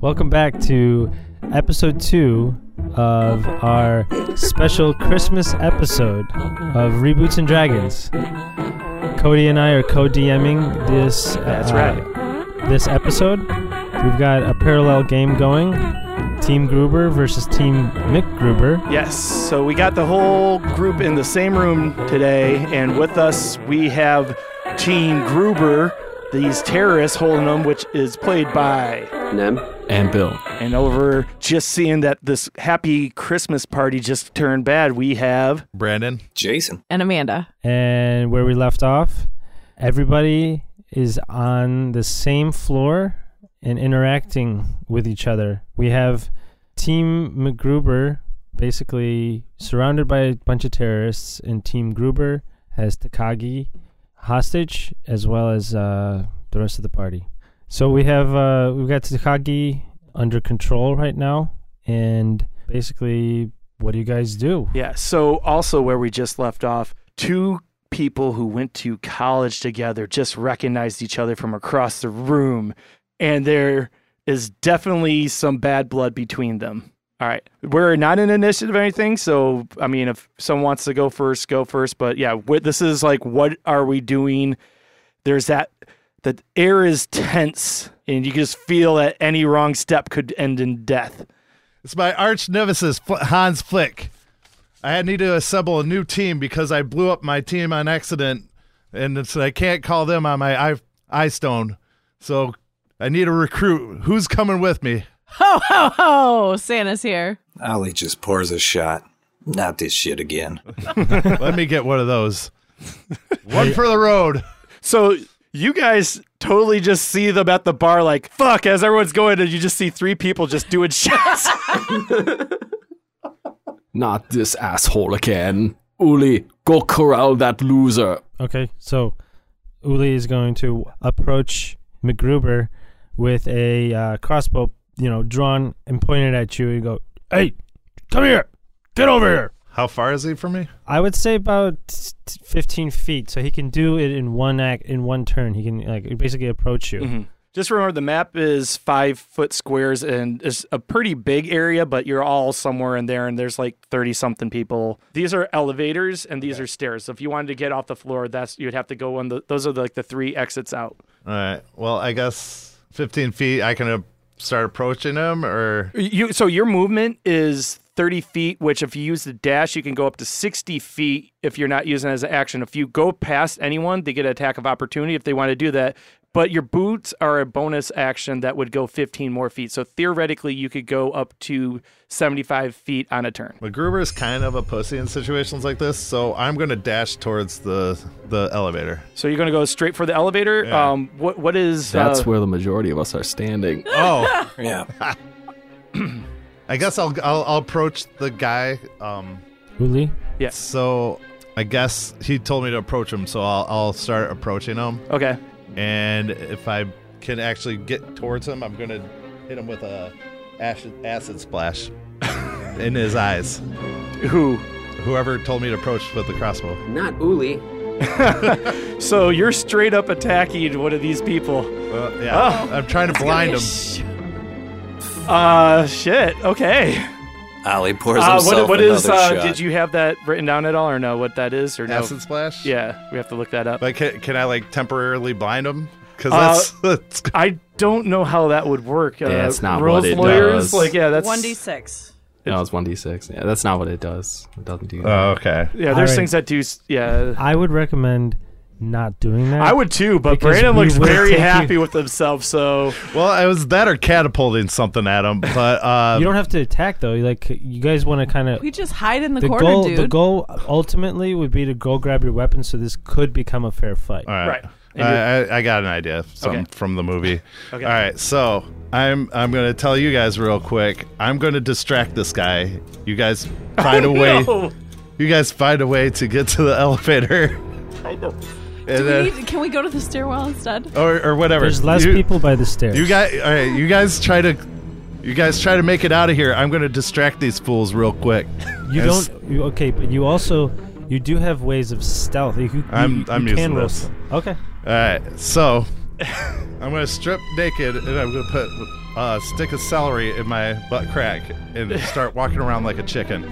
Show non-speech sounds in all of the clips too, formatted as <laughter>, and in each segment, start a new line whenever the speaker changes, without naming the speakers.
Welcome back to episode two of our special Christmas episode of Reboots and Dragons. Cody and I are co-DMing this.
That's
right. This episode, we've got a parallel game going: Team Gruber versus Team Nick Gruber.
Yes, so we got the whole group in the same room today, and with us we have Gene Gruber, these terrorists holding him, which is played by.
Nem.
and Bill.
And over just seeing that this happy Christmas party just turned bad, we have.
Brandon.
Jason.
and Amanda.
and where we left off, everybody is on the same floor and interacting with each other. We have Team McGruber basically surrounded by a bunch of terrorists, and Team Gruber has Takagi hostage as well as uh, the rest of the party. So we have uh, we've got Takagi under control right now, and basically, what do you guys do?
Yeah, so also where we just left off, two people who went to college together just recognized each other from across the room, and there is definitely some bad blood between them. All right, we're not in initiative or anything, so I mean, if someone wants to go first, go first. But yeah, wh- this is like, what are we doing? There's that, the air is tense, and you just feel that any wrong step could end in death.
It's my arch nemesis, Fl- Hans Flick. I need to assemble a new team because I blew up my team on accident, and it's, I can't call them on my eye, eye stone. So I need a recruit. Who's coming with <laughs> me?
Ho ho ho! Oh, Santa's here.
Ollie just pours a shot. Not this shit again.
<laughs>
Let me get one of <laughs> those. One for the road.
So you guys totally just see them at the bar, like fuck, as everyone's going, and you just see three people just doing <laughs> shots.
Not this asshole again. Uli, go corral that loser.
Okay, so Uli is going to approach McGruber with a uh, crossbow, you know, drawn and pointed at you, and go, "Hey, come here, get over here."
How far is he from me?
I would say about t- fifteen feet, so he can do it in one act, in one turn. He can like basically approach you.
just remember, the map is five foot squares, and it's a pretty big area, but you're all somewhere in there, and there's like thirty something people. These are elevators, and these are stairs. So if you wanted to get off the floor, that's you'd have to go on the. Those are like the three exits out.
All right. Well, I guess 15 feet. I can uh, start approaching him, or
You so your movement is. 30 feet, which if you use the dash, you can go up to 60 feet if you're not using it as an action. If you go past anyone, they get an attack of opportunity if they want to do that. But your boots are a bonus action that would go 15 more feet. So theoretically, you could go up to 75 feet on a turn.
McGruber's kind of a pussy in situations like this, so I'm gonna dash towards the the elevator.
So you're going to go straight for the elevator.
Yeah.
Um, what what is
That's
uh,
where the majority of us are standing.
Oh,
Yeah.
I guess I'll, I'll I'll approach the guy. Um,
Uli,
yes?
so I guess he told me to approach him, so I'll I'll start approaching him.
Okay,
And if I can actually get towards him, I'm gonna hit him with a acid,
<laughs>
acid splash in his eyes.
who?
Whoever told me to approach with the crossbow.
Not Uli.
So you're straight up attacking one of these people.
Well, yeah,
Oh.
I'm trying to blind him.
Uh, shit. Okay.
Ollie pours
Uh,
himself
what, what
another
is? Uh,
shot.
did you have that written down at all, or no? What that is, or no?
Acid splash.
Yeah, we have to look that up.
Like, can, can I like temporarily blind him? Because
Uh,
that's, that's <laughs>
I don't know how that would work. Uh,
That's not
Rolls
what it
lawyers,
does.
like yeah, that's
One d six.
No, it's 1d6. Yeah, that's not what it does. It doesn't do that.
oh, okay.
Yeah, there's
Alright.
things that do. s- Yeah,
I would recommend not doing that.
I would too, but
Because
Brandon
we
looks
will
very
take you-
happy with himself. So
Well, it was that or catapulting something at him, but uh,
You don't have to attack though. You, Like you guys want to kind of.
We just hide in the,
The
corner,
goal,
dude.
the goal ultimately would be to go grab your weapon, so this could become a fair fight.
All right.
Right.
I, I, I got an idea of some,
Okay.
from the movie.
Okay.
All right, so I'm I'm gonna tell you guys real quick. I'm gonna distract this guy. You guys find
<laughs>
a way.
no.
You guys find a way to get to the <laughs> elevator, and
Do we
then
need- can we go to the stairwell instead?
or, or whatever.
There's less
You-
people by the stairs.
You guys, all right. You guys try to. You guys try to make it out of here. I'm gonna distract these fools real quick.
You
Yes.
don't. You, okay, but you also you do have ways of stealth. You, you,
I'm-
you
I'm
can
using
roll
this.
stealth. Okay.
All right, so
I'm gonna strip naked and I'm gonna put uh, stick of celery in my butt crack and start walking around like a chicken.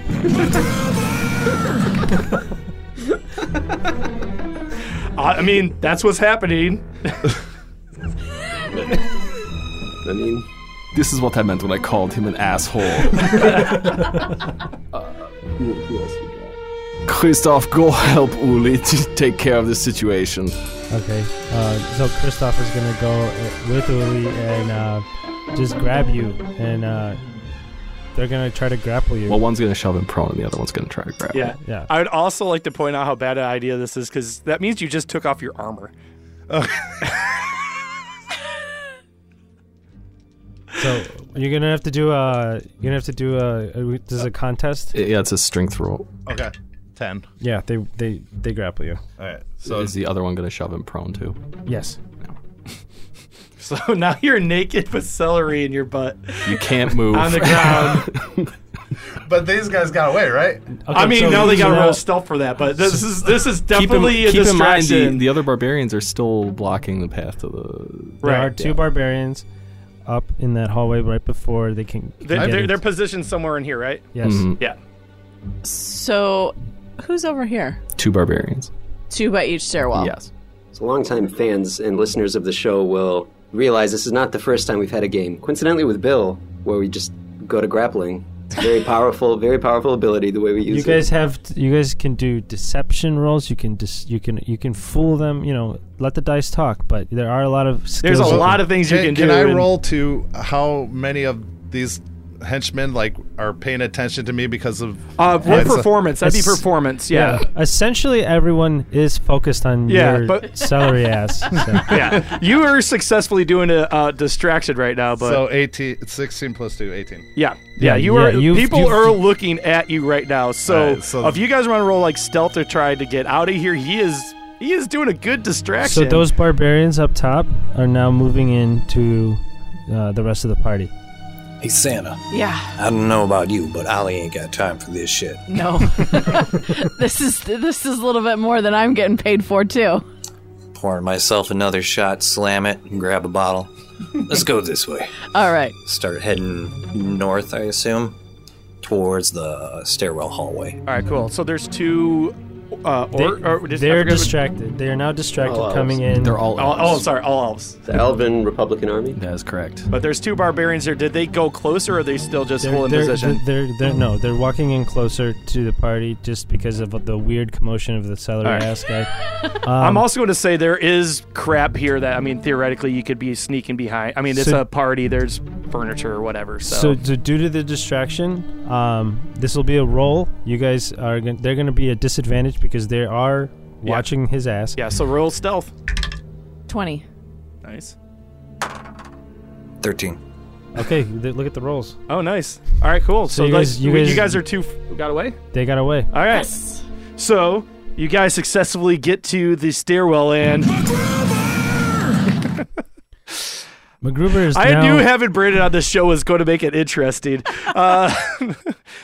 I I mean, that's what's happening.
I mean, this is what I meant when I called him an asshole. <laughs> uh, who- who else we got? Christoph, go help Uli to take care of the situation.
Okay. Uh, so Christoph is gonna go uh, with Uli and uh, just grab you, and uh, they're gonna try to grapple you.
Well, one's gonna shove him prone, and the other one's gonna try to grab. him.
Yeah.
Yeah.
I would also like to point out how bad an idea this is because that means you just took off your armor. <laughs>
So you're gonna have to do a. You're gonna have to do a. a this is a contest.
I- Yeah, it's a strength roll.
Okay, ten.
Yeah. They they they grapple you.
All right, so
So is the other one gonna shove him prone too?
Yes.
So now you're naked with celery in your butt
You can't move.
on
<laughs>
the ground.
but these guys got away, right?
I mean,
so-
now they
so
got to
now-
roll stealth for that, but this is this is
keep in,
definitely a
keep in mind
distraction.
the, the other barbarians are still blocking the path to the.
There
Right,
are two
yeah.
barbarians up in that hallway right before they can. can
they're,
get
they're,
in.
they're Mm-hmm. positioned somewhere in here, right?
yes.
Mhm.
Yeah.
So, who's over here?
Two barbarians.
Two by each stairwell.
Yes.
So, longtime fans and listeners of the show will realize this is not the first time we've had a game. Coincidentally, with Bill, where we just go to grappling. It's
<laughs>
a very powerful, very powerful ability the way we use
You guys have. t- You guys can do deception rolls. You can dis, You can. You can fool them. You know. Let the dice talk. But there are a lot of. Skills
There's a
you
lot
can- <laughs>
of things you
Can, can
can, do.
I
and-
roll to how many of these henchmen like are paying attention to me because of?
Uh, roll
That's a-
performance. That'd be
that's-
performance. Yeah.
Essentially, everyone is focused on
Yeah,
your
but- <laughs>
celery ass. So.
<laughs> yeah. You are successfully doing a uh, distraction right now, but
so 18, 16 plus two, 18.
yeah.
Yeah,
Yeah, you
yeah,
are.
you've-
people
you've-
are looking at you right now. So,
Alright, so-
if you guys want to roll like stealth or try to get out of here, he is he is doing a good distraction.
So those barbarians up top are now moving into uh, the rest of the party.
Hey, Santa,
Yeah.
I don't know about you, but Ollie ain't got time for this shit.
No. <laughs> this is this is a little bit more than I'm getting paid for too.
Pouring myself another shot, slam it, and grab
<laughs>
a bottle. Let's go this way.
All right.
Start heading north, I assume, towards the stairwell hallway.
All right, cool. So there's two. Uh, or, or, I
They're
forget what-
distracted. They are now distracted
Oh,
coming in.
They're all.
Oh, oh,
elves.
sorry, all elves.
it. The Elven Republican Army.
That is correct.
But there's two barbarians there. Did they go closer, or are they still just
They're,
holding
they're,
position?
They're, they're, they're- no, they're walking in closer to the party just because of the weird commotion of the celery
All right.
ass guy. um,
I'm also going to say there is crap here that I mean, theoretically, you could be sneaking behind. I mean, it's
So-
a party. There's furniture or whatever.
So,
So,
so due to the distraction, um, this will be a roll. You guys are gon- they're going to be at disadvantage because they are watching his ass.
yeah. So roll stealth.
20.
Nice.
13.
Okay, th- look at the rolls.
Oh, nice. All right, cool.
So
So,
you
like,
guys- you
you, guys,
guys-
are two. F- got away.
They got away.
All right. So you guys successfully get to the stairwell, and
MacGruber is
I
now,
knew having Brandon on this show was going to make it interesting. uh, <laughs>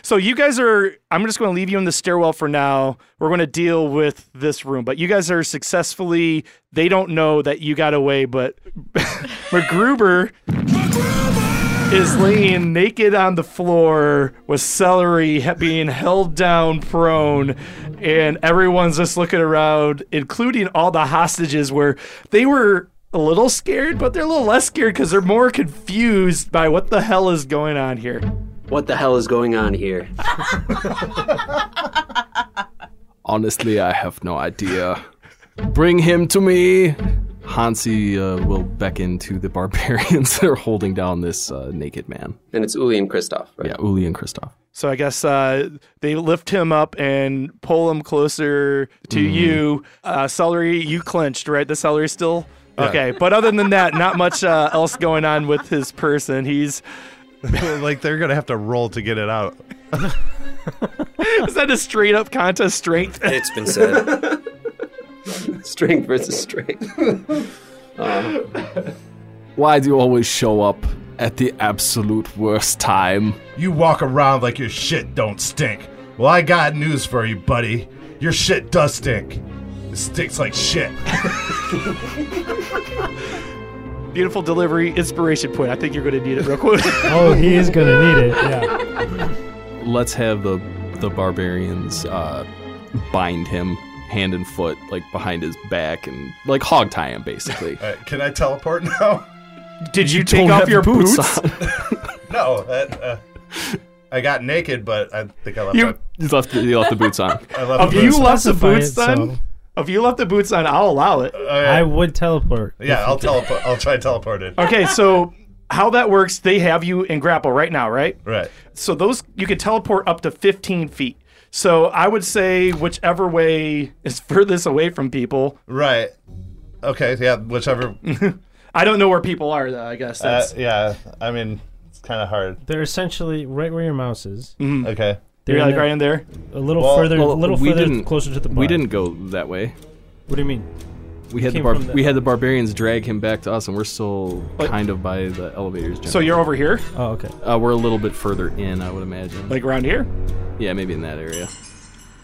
so you guys are. I'm just going to leave you in the stairwell for now. We're going to deal with this room, but you guys are successfully. They don't know that you got away, but <laughs> MacGruber is laying naked on the floor with celery he- being held down prone and everyone's just looking around including all the hostages where they were a little scared but they're a little less scared because they're more confused by what the hell is going on here
What the hell is going on here?
Honestly, I have no idea. Bring him to me. Hansi uh, will beckon to the barbarians <laughs> that are holding down this uh, naked man.
And it's Uli and Kristoff, right?
Yeah, Uli and Kristoff.
so i guess uh, they lift him up and pull him closer to you uh, celery you clenched right the celery still okay but other than that not much uh, else going on with his person he's
<laughs> like they're gonna have to roll to get it out.
is that a straight up contest strength
It's been said.
Strength versus strength.
Why do you always show up at the absolute worst time?
You walk around like your shit don't stink. Well, I got news for you, buddy. Your shit does stink. It stinks like shit.
<laughs> Beautiful delivery, inspiration point. I think you're going to need it real quick.
Oh, he is gonna need it.
<laughs>
Yeah.
Let's have the the barbarians uh, bind him hand and foot, like behind his back, and like hog tie him basically.
All right, <laughs> can I teleport now? <laughs>
Did you,
Don't
take off
have
your boots?
on.
no, that, uh, I got naked, but I think I left.
You-
my-
You left the, you left the
<laughs>
boots on.
I left
Have
<laughs> my-
you left the
Specify
boots
it,
then?
so-
If you left the boots on, I'll allow it.
I would teleport.
yeah, I'll teleport. I'll try teleport it.
Okay, so how that works, they have you in grapple right now, right?
Right.
So those you can teleport up to 15 feet. So I would say whichever way is <laughs> furthest away from people.
Right. Okay. Yeah. Whichever.
I don't know where people are though. I guess
Uh,
that's
yeah. I mean, it's kind of hard.
They're essentially right where your mouse is. They're
Okay.
Mm-hmm. you're
in
like
the-
right in there.
a little
Well-
further, a
well,
little
we
further,
didn't-
closer to the.
We
bar.
didn't go that way.
What do you mean?
We had the
came
bar-
from the-
we had the barbarians drag him back to us, and we're still kind of by the elevators.
So
generally.
you're over here,
Oh, okay.
uh, we're a little bit further in, I would imagine.
like around here.
yeah, maybe in that area.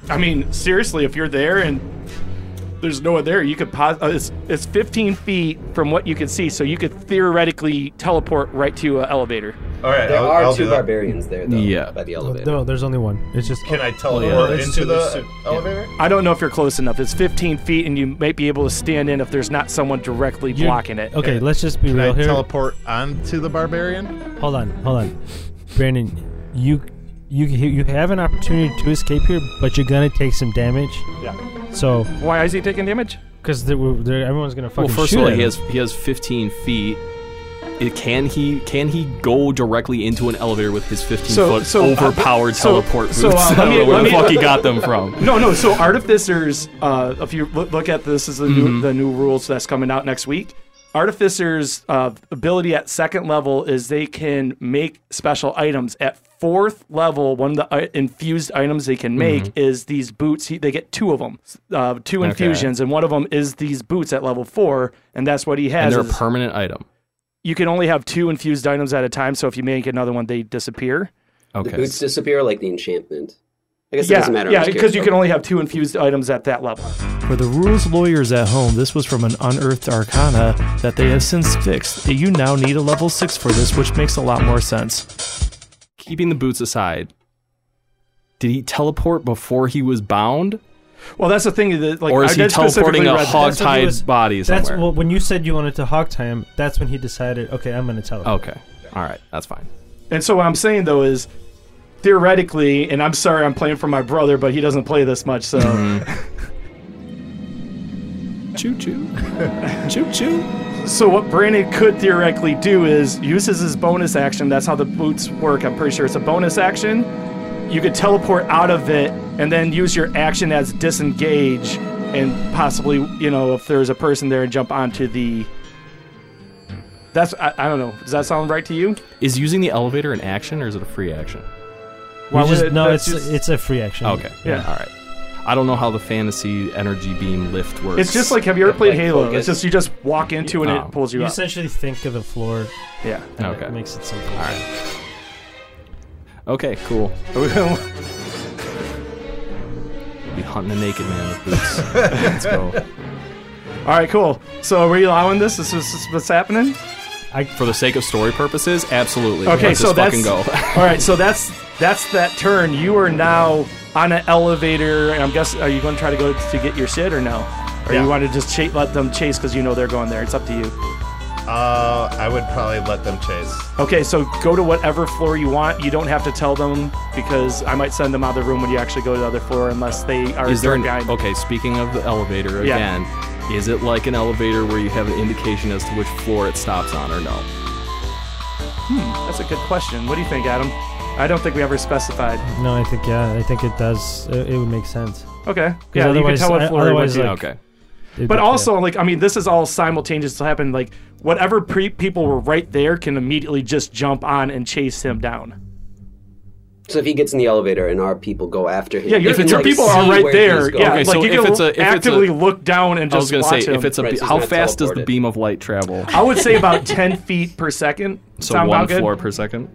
I mean, seriously, if you're there and there's no one there, you could pos- uh, it's, it's 15 feet from what you can see, so you could theoretically teleport right to an elevator.
All right.
<laughs> There
I'll,
are
I'll do
two
that.
barbarians there, though.
Yeah.
By the elevator.
No, there's only one. It's just.
Can I teleport
yeah, there's
into
two,
the
there's two.
elevator?
I don't know if you're close enough. It's 15 feet, and you might be able to stand in if there's not someone directly
You-
blocking it.
Okay, let's just be
Can
real
I
here.
teleport onto the barbarian?
hold on, hold on, Brandon. You, you, you have an opportunity to escape here, but you're gonna take some damage.
Yeah.
So,
Why is he taking damage?
because everyone's gonna fucking
Well, first
shoot
of all,
at
he
him.
has he has 15 feet. It, can he can he go directly into an elevator with his 15
So-
foot
so, uh,
overpowered
so,
teleport boots?
so, uh,
<laughs> I
let
don't
me-
know where
let
the
me-
fuck he got them from.
<laughs> No, no. So artificers, uh, if you loo- look at this, is the
Mm-hmm.
new the new rules that's coming out next week. Artificers' uh, ability at second level is they can make special items. At fourth level, one of the I- infused items they can make
Mm-hmm.
is these boots. He, they get two of them, uh, two infusions, and one of them is these boots at level four, and that's what he
And
has.
they're a
is-
permanent item.
you can only have two infused items at a time, so if you make another one, they disappear.
The
Okay.
boots disappear like the enchantment. I guess it
Yeah,
doesn't matter. I'm
yeah,
just
because you
curious.
can only have two infused items at that level.
For the rules lawyers at home, this was from an unearthed arcana that they have since fixed. You now need a level 6 for this, which makes a lot more sense.
Keeping the boots aside, did he teleport before he was bound,
Well, that's the thing. That, like,
or
I
is he
did specifically
teleporting a
read-
That's what he
hog-tied
was-
body somewhere?
That's well, when you said you wanted to hog tie him. That's when he decided, okay, I'm gonna teleport.
Okay. All right. That's fine.
And so what I'm saying though is, theoretically, and I'm sorry I'm playing for my brother, but he doesn't play this much, so
<laughs> Choo choo. <laughs> choo choo.
so what Brandon could theoretically do is uses his bonus action. That's how the boots work. I'm pretty sure it's a bonus action. You could teleport out of it and then use your action as disengage, and possibly you know if there's a person there, jump onto the. That's I, I don't know. Does that sound right to you?
Is using the elevator an action or is it a free action?
We
Why would
just-
it-
no, it's
that's just-
it's a free action.
Okay.
Yeah.
All right. I don't know how the fantasy energy beam lift works.
It's just like have you ever played
like
Halo?
focus.
It's just you just walk into it and
Oh.
it pulls you,
You
up.
essentially think of the floor.
yeah. <laughs>
And
Okay.
It makes it simple.
All right. Okay. Cool. Be hunting a naked man with
<laughs>
boots. Let's go.
All right, cool. So are we allowing this? This is this is what's happening.
For the sake of story purposes, absolutely.
Okay,
Let's
so
just fucking go.
that's- <laughs> All right, so that's that's that turn. You are now on an elevator. And I'm guessing, are you going to try to go to get your shit or no? Or
Yeah.
you want to just cha- let them chase because you know they're going there? It's up to you.
Uh, I would probably let them chase.
Okay, so go to whatever floor you want. You don't have to tell them because I might send them out of the room when you actually go to the other floor unless they are
<laughs> Is there an
behind.
okay? Speaking of the elevator
Yeah.
again, is it like an elevator where you have an indication as to which floor it stops on or no?
That's a good question. What do you think, Adam? I don't think we ever specified.
No, I think yeah, I think it does. It, it would make sense.
Okay. Yeah, you can
otherwise-
tell what
I-
floor. it
otherwise,
was
uh, like,
okay.
It'd
But
be-
also, like, I mean, this is all simultaneous to happen. Like, whatever pre- people were right there can immediately just jump on and chase him down.
So if he gets in the elevator and our people go after him,
Yeah, your,
you can,
your
like,
people
see
are right
where
there.
he's going.
Yeah,
Okay,
like
so
you
if
can
it's a- if it's a-
actively look down and
I
just
was gonna say
watch him.
if it's a
Right,
be-
so it's
how
not
fast does the
teleported.
beam of
<laughs>
light travel?
I would say about ten feet per second.
So
Sound
one
about good?
floor per second,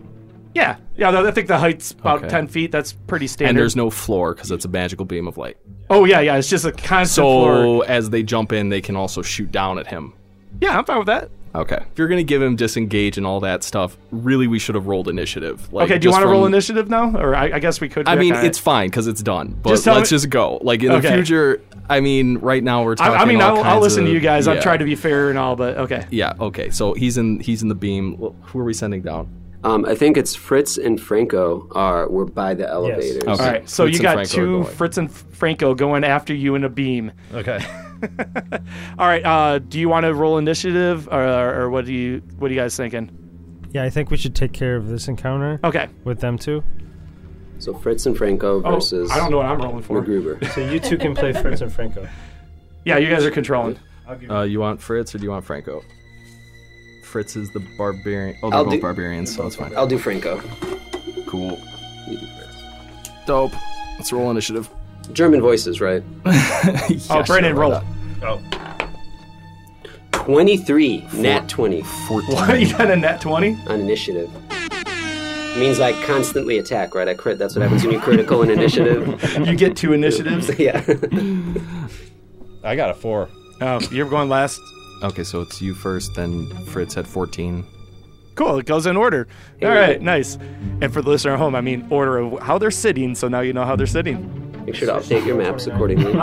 Yeah, yeah. I think the height's about
Okay.
ten feet. That's pretty standard.
and there's no floor because it's a magical beam of light.
oh yeah, yeah. It's just a constant floor.
So as they jump in, they can also shoot down at him.
Yeah, I'm fine with that.
Okay. If you're gonna give him disengage and all that stuff, really we should have rolled initiative. Like,
okay, do you
just
want to roll
from-
initiative now? Or I, I guess we could.
I
yeah,
mean,
kinda.
it's fine because it's done. But
Just tell
let's
me-
just go. Like in
Okay.
the future, I mean, right now we're
I,
talking.
I mean,
all
I'll, I'll
kinds
listen
of-
to you guys. I'm
yeah.
trying to be fair and all, but okay.
Yeah. Okay. So he's in. He's in the beam. Well, who are we sending down?
Um, I think it's Fritz and Franco are were by the elevators.
Okay.
All right. So
Fritz
you
and
got
Franco are
two
going.
Fritz and F- Franco going after you in a beam.
Okay.
All right. Uh, do you want to roll initiative, or, or what do you what are you guys thinking?
Yeah, I think we should take care of this encounter
Okay.
with them too.
So Fritz and Franco
Oh,
versus
I don't know what I'm rolling for.
MacGruber.
So you two can play Fritz and Franco.
Yeah, you guys are controlling.
Uh, you want Fritz or do you want Franco? Fritz is the barbarian. Oh, they're
I'll
both
do-
barbarians, so it's fine.
I'll do Franco.
Cool. Dope. Let's roll initiative.
German voices, right?
Oh,
Yeah,
Brandon,
sure,
roll.
why
Oh,
Twenty-three, nat twenty
not? Fourteen.
What <laughs> you got a net twenty?
on initiative. Means I constantly attack, right? I crit. That's what happens when you critical
<laughs>
in initiative. <laughs>
You get two initiatives.
yeah. <laughs>
I got a four.
<laughs> Oh, you're going last.
Okay, so it's you first, then Fritz had fourteen.
Cool. It goes in order. All right. Nice. And for the listener at home, I mean order of how they're sitting. So now you know how they're sitting.
Make sure to update your maps accordingly.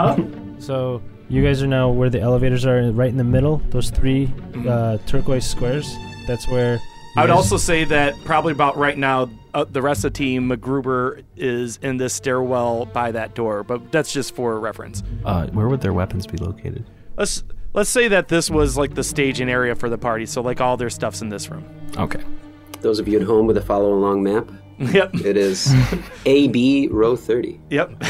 So you guys are now where the elevators are, right in the middle. Those 3 uh, turquoise squares. That's where.
I would
you guys-
also say that probably about right now, uh, the rest of the team, MacGruber is in this stairwell by that door, but that's just for reference.
Uh, where would their weapons be located?
Let's let's say that this was like the staging area for the party, so like all their stuff's in this room. <laughs>
Okay.
Those of you at home with a follow along map,
Yep.
it is AB row 30.
Yep.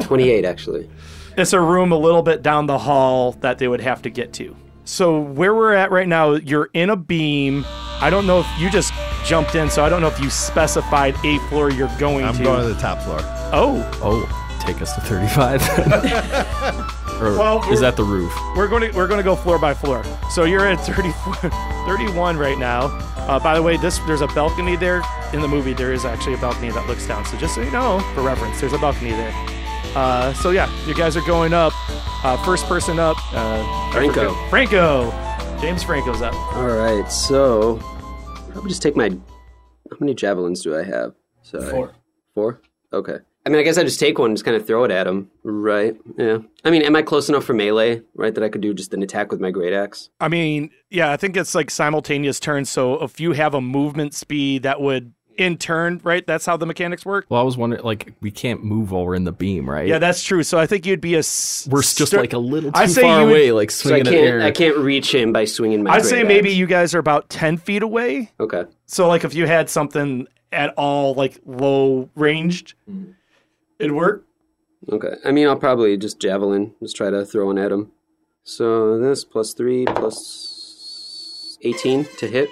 <laughs>
28, actually.
It's a room a little bit down the hall that they would have to get to. So where we're at right now, you're in a beam. I don't know if you just jumped in, so I don't know if you specified a floor you're going
I'm
to.
going to the top floor.
oh,
Oh, take us to thirty-five. <laughs> or
Well, we're-
is that the roof?
we're going to we're going to go floor by floor. So you're <laughs> at 30, 31 right now. Uh, by the way, this there's a balcony there in the movie. There is actually a balcony that looks down. So just so you know, for reference, there's a balcony there. Uh, so yeah, you guys are going up. Uh, first person up, uh,
Franco.
Franco. James Franco's up.
All right, so probably just take my. How many javelins do I have? Sorry. Four. Four? Okay. I mean, I guess I just take one, and just kind of throw it at him, right? Yeah. I mean, am I close enough for melee, right, that I could do just an attack with my great axe?
I mean, yeah, I think it's like simultaneous turns. So if you have a movement speed that would in turn, right? That's how the mechanics work.
Well, I was wondering, like, we can't move while we're in the beam, right?
Yeah, that's true. So I think you'd be a. s-
we're just
stir-
like a little too
I say
far
you would-
away, like
So I
swinging in the
can't,
air.
I can't reach him by swinging my
I'd
great
say
axe.
maybe you guys are about ten feet away.
Okay.
So like if you had something at all like low ranged,
Mm-hmm.
it'd work.
Okay. I mean, I'll probably just javelin, just try to throw one at him. So this plus three plus 18 to hit.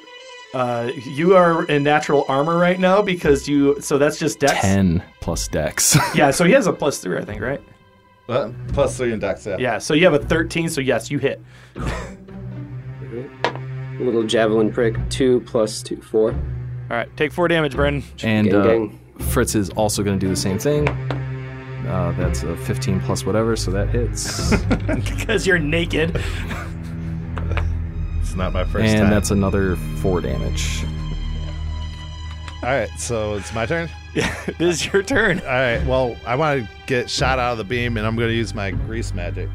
Uh, you are in natural armor right now because you. So that's just dex.
Ten plus dex. <laughs>
Yeah. So he has a plus three, I think, right?
Well, plus three in dex, yeah.
Yeah. So you have a thirteen. So yes, you hit.
A little javelin prick. Two plus two, four.
All right, take four damage, Brendan.
and
Gang,
uh,
gang.
Fritz is also going to do the same thing. Uh, that's a 15 plus whatever, so
<laughs>
that hits.
<laughs> because
<laughs>
you're naked.
It's not my first
and
time.
that's another four damage.
All right, so it's my turn.
It is your turn.
All right, well, I want to get shot out of the beam, and I'm going to use my grease magic.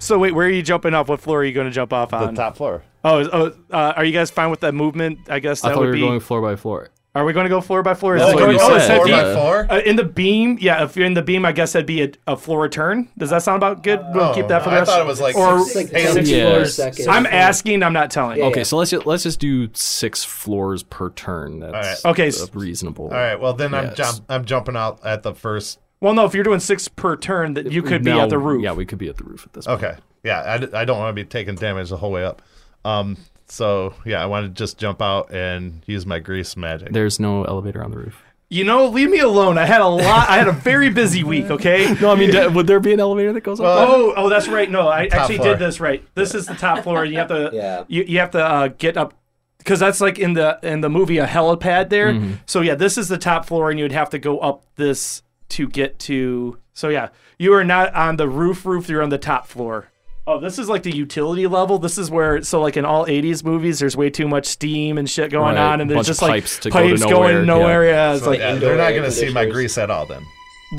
So wait, where are you jumping off? What floor are you going to jump off
The
on?
top floor.
Oh, is- oh uh, are you guys fine with that movement? I guess
I
that
thought we
would
were
be.
going floor by floor.
Are we going to go floor by floor? Is
That's
that going-
what you
oh,
said.
it's
Four
at
by
Yeah.
the-
four?
uh, in the beam, yeah. If you're in the beam, I guess that'd be a, a floor a turn. Does that sound about good? We'll keep that for the
Oh, I
rest.
thought it was like
Or
six-
Like
Hey,
six
yeah.
floor seconds.
I'm asking. I'm not telling.
Okay, so let's just let's just do six floors per turn. That's
All right. Okay,
uh,
s-
reasonable.
All right, well, then I'm,
Yes.
jump, I'm jumping out at the first.
Well, no. If you're doing six per turn, that you could be
Now-
at the roof.
Yeah, we could be at the roof at this point.
Okay. Yeah, I, d- I don't want to be taking damage the whole way up. Um. So, yeah, I want to just jump out and use my grease magic.
There's no elevator on the roof.
You know, leave me alone. I had a lot. I had a very busy week. Okay.
<laughs> No, I mean, d- would there be an elevator that goes up?
Well,
Oh, oh, that's right. No, I actually
floor.
did this right. This is the top floor, and you have
<laughs>
to,
Yeah.
you, you have to uh, get up because that's like in the in the movie a helipad there.
Mm-hmm.
So yeah, this is the top floor, and you'd have to go up this to get to. So yeah, you are not on the roof. Roof, you're on the top floor. Oh, this is like the utility level. This is where so like in all '80s movies, there's way too much steam and shit going
Right,
on, and there's
bunch of
just like
pipes to go to
pipes
nowhere,
going
yeah.
nowhere. Yeah, it's like
yeah, they're
indoor
not
air
going to see my
conditioners.
grease at all then.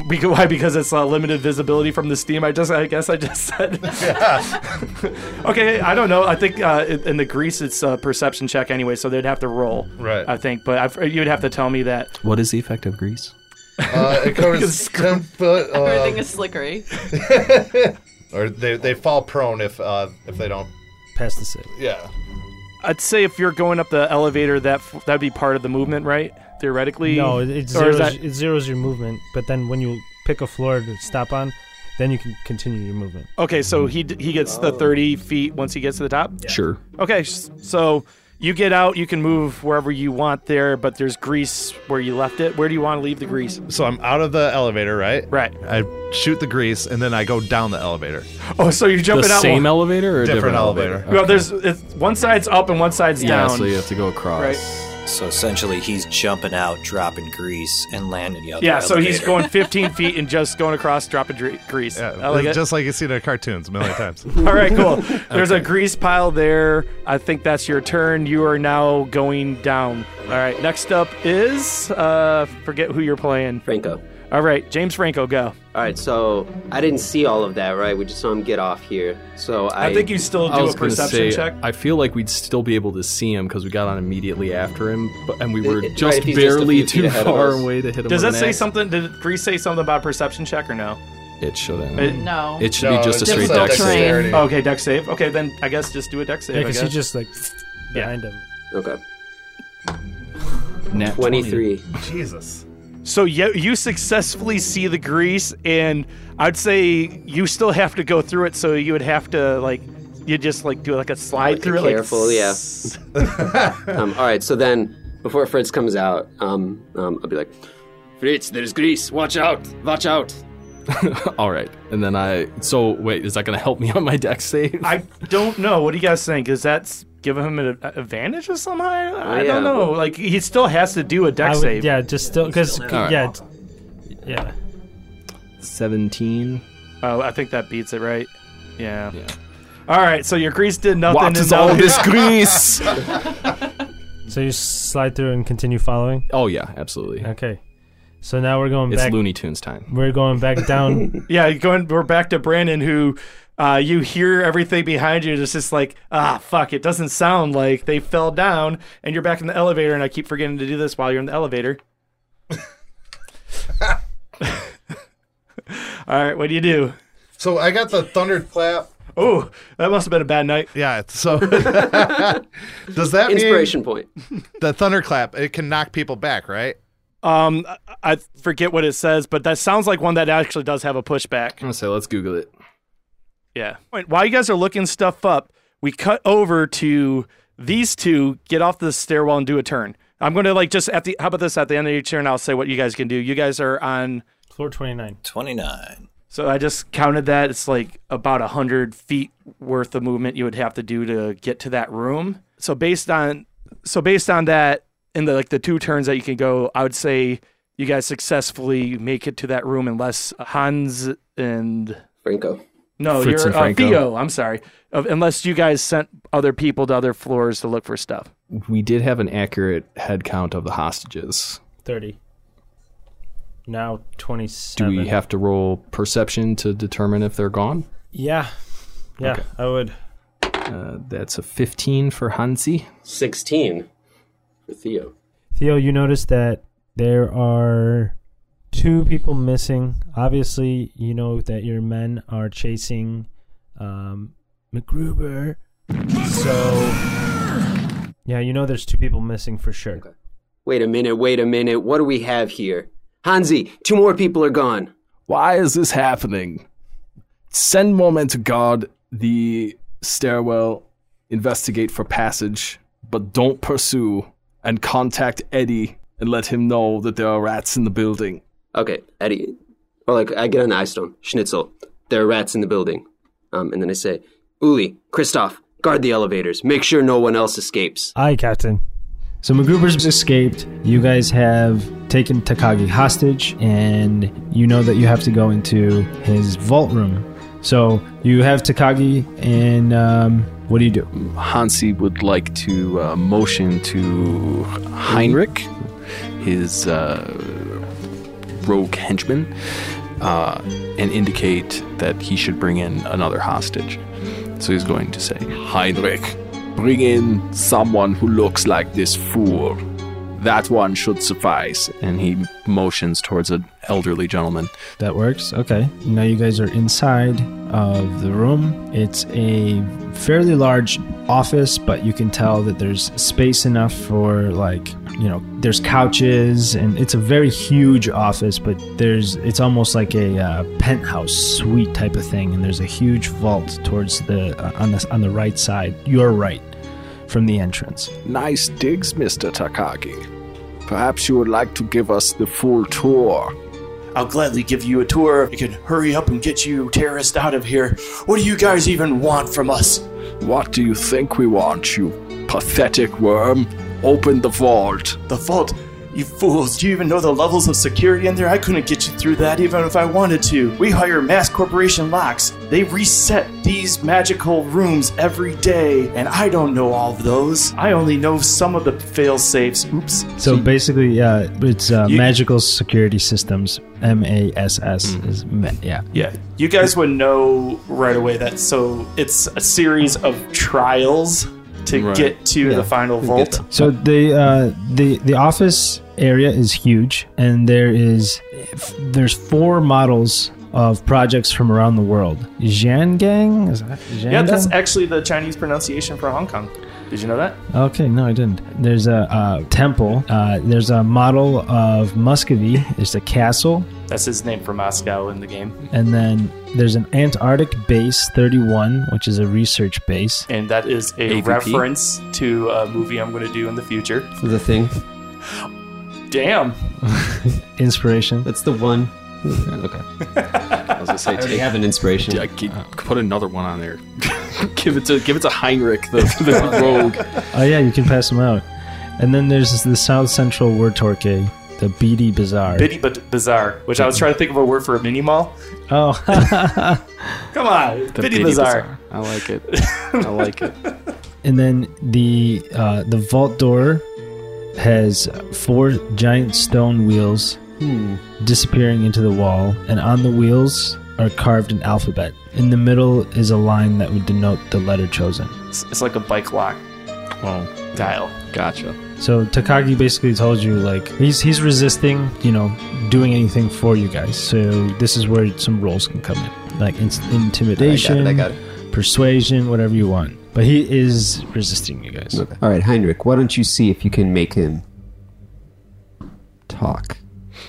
because <laughs> why? Because it's uh, limited visibility from the steam. I just I guess I just <laughs> said. <laughs> okay, I don't know. I think uh, in in the grease, it's a perception check anyway, so they'd have to roll.
Right.
I think, but I've, you'd have to tell me that.
What is the effect of grease?
<laughs>
Uh, it covers 10 foot. Uh,
Everything is slickery.
or they, they fall prone if uh, if they don't.
Past the six.
Yeah.
I'd say if you're going up the elevator, that f- that'd be part of the movement, right? Theoretically,
No, it, it
Or
zeroes
is that-
it zeroes your movement, but then when you pick a floor to stop on, then you can continue your movement.
Okay, so he d- he gets the 30 feet once he gets to the top.
Sure.
Okay, s- so you get out, you can move wherever you want there, but there's grease where you left it. Where do you want to leave the grease?
So I'm out of the elevator, right?
Right.
I shoot the grease and then I go down the elevator.
Oh, so you're
The
jumping out.
same
one-
elevator or a
Different
different,
elevator.
well, there's it's, one side's up and one side's
Yeah,
down.
so you have to go across.
Right.
<laughs> So essentially, he's jumping out, dropping grease, and landing the other.
Yeah, so he's <laughs>
elevator.
going 15 feet and just going across, dropping dre- grease.
Yeah,
I like it.
just like you see it in cartoons
<laughs>
a million times.
All right, <laughs> cool. There's a grease pile there. I think that's your turn. You are now going down. All right, next up is uh forget who you're playing.
Franco.
All right, James Franco, go.
All right, so I didn't see all of that, right? We just saw him get off here. So I,
I think you still
I
do
was
a
gonna
perception
say,
check.
I feel like we'd still be able to see him because we got on immediately after him, but, and we were
It- it- right,
just
if he's just a
barely
few feet
too
ahead of
far
us.
away to hit him.
Does
with
that
an
say
axe.
something? Did Grease say something about perception check or no?
It shouldn't.
It-
It,
No.
should
No,
be just a
it's
straight
just a
deck save.
dexterity.
Oh, okay, deck save. Okay, then I guess just do a deck save.
Yeah,
I
because
guess.
he's just like
Yeah.
behind him.
okay
<laughs>
Nat
23.
Jesus.
So you, you successfully see the grease, and I'd say you still have to go through it. So you would have to like you just like do like a slide
Like,
through it.
careful,
like,
yeah. Um, all right, so then before Fritz comes out, um, um, I'll be like, Fritz, there's grease. Watch out! Watch out!
All right, and then I. So wait, is that going to help me on my deck save?
I don't know. What do you guys think? Is that giving him an a- advantage or somehow? I, I
Oh, Yeah.
don't know. Like he still has to do a deck
I would-
save.
yeah, just still because
Alright.
yeah, it's- yeah.
Seventeen.
Oh, I think that beats it, right? Yeah.
Yeah.
All right. So your grease did nothing.
What
and
is
now <laughs>
all
you-
this
<laughs>
grease?
So you slide through and continue following.
oh yeah, absolutely.
Okay, so now we're going
It's
back.
Looney Tunes time.
We're going back down.
Yeah, going. We're back to Brandon, who uh, you hear everything behind you. and It's just like, ah, fuck. It doesn't sound like they fell down, and you're back in the elevator. And I keep forgetting to do this while you're in the elevator. <laughs> All right, what do you do?
So I got the thunderclap.
Oh, that must have been a bad night.
Yeah. <laughs> So does that
Inspiration point.
mean the thunderclap? It can knock people back, right?
Um, I I forget what it says, but that sounds like one that actually does have a pushback.
I'm gonna say let's Google it.
Yeah. While you guys are looking stuff up, we cut over to these two get off the stairwell and do a turn. I'm going to like just at the how about this at the end of your turn I'll say what you guys can do. You guys are on
Floor twenty nine.
twenty-nine.
so I just counted that it's like about 100 feet worth of movement you would have to do to get to that room. So based on so based on that in the like the two turns that you can go, I would say you guys successfully make it to that room unless Hans and
Franco.
no,
Fritz
you're
and
uh,
Franco.
Theo. I'm sorry. Of, unless you guys sent other people to other floors to look for stuff.
We did have an accurate head count of the hostages.
30. Now
Do
27.
we have to roll perception to determine if they're gone?
Yeah. Yeah, I would.
Uh, that's a 15 for Hansi.
16 for Theo.
Theo, you noticed that there are two people missing. Obviously, you know that your men are chasing um, MacGruber. So, yeah, you know there's two people missing for sure.
Wait a minute, wait a minute. What do we have here? Hansi, two more people are gone.
Why is this happening? Send more men to guard the stairwell, investigate for passage, but don't pursue, and contact Eddie and let him know that there are rats in the building.
Okay, Eddie. Or like I get on the ice stone. Schnitzel. There are rats in the building. Um, and then I say, Uli, Christoph, guard the elevators. Make sure no one else escapes.
Aye, Captain. So MacGruber's escaped. You guys have taken Takagi hostage, and you know that you have to go into his vault room. So you have Takagi, and um, what do you do?
Hansi would like to uh, motion to Heinrich, his uh, rogue henchman, uh, and indicate that he should bring in another hostage. So he's going to say, Heinrich, bring in someone who looks like this fool. That one should suffice. And he motions towards an elderly gentleman.
That works. Okay. Now you guys are inside of the room. It's a fairly large office, but you can tell that there's space enough for like, you know, there's couches and it's a very huge office, but there's it's almost like a uh, penthouse suite type of thing and there's a huge vault towards the uh, on the on the right side, your right from the entrance.
Nice digs, Mr. Takagi. Perhaps you would like to give us the full tour.
I'll gladly give you a tour if you can hurry up and get you terrorists out of here. What do you guys even want from us?
What do you think we want, you pathetic worm? Open the vault.
The vault? You fools, do you even know the levels of security in there? I couldn't get you through that even if I wanted to. We hire Mass Corporation locks. They reset these magical rooms every day, and I don't know all of those. I only know some of the fail safes. Oops.
So basically, uh, it's uh,
You-
magical security systems. M A S S is ma- yeah.
Yeah, you guys would know right away that so it's a series of trials to
Right.
get to
Yeah,
the final vault.
So the uh, the the office area is huge, and there is f- there's four models of projects from around the world. Zhangang is that Zhangang?
Yeah, that's actually the Chinese pronunciation for Hong Kong. Did you know that?
okay. No, I didn't. There's a uh, temple. Uh, there's a model of Muscovy. There's a castle,
That's his name for Moscow in the game,
and then there's an Antarctic base 31, which is a research base.
and that is a
AVP?
reference to a movie I'm going to do in the future.
The thing.
Damn.
Inspiration.
That's the one. Okay.
I was gonna say,
I already have an inspiration.
Yeah, g- put another one on there. <laughs> give it to give it to Heinrich, the,
<laughs>
the rogue.
Oh yeah, you can pass them out. And then there's the South Central Wertorke, the Beady Bazaar.
Bitty but bizarre, which I was trying to think of a word for a mini mall.
Oh. <laughs>
Come on,
The
bitty
Bitty
bizarre.
Bazaar. I like
<laughs>
it. I like it.
and then the uh, the vault door has four giant stone wheels
Hmm.
disappearing into the wall, and on the wheels are carved an alphabet. In the middle is a line that would denote the letter chosen.
It's, it's like a bike lock
Oh,
dial.
gotcha.
So Takagi basically told you like he's he's resisting, you know, doing anything for you guys. So this is where some roles can come in, like in- intimidation,
I got it.
persuasion, whatever you want. But he is resisting you guys.
All right, Heinrich, why don't you see if you can make him talk?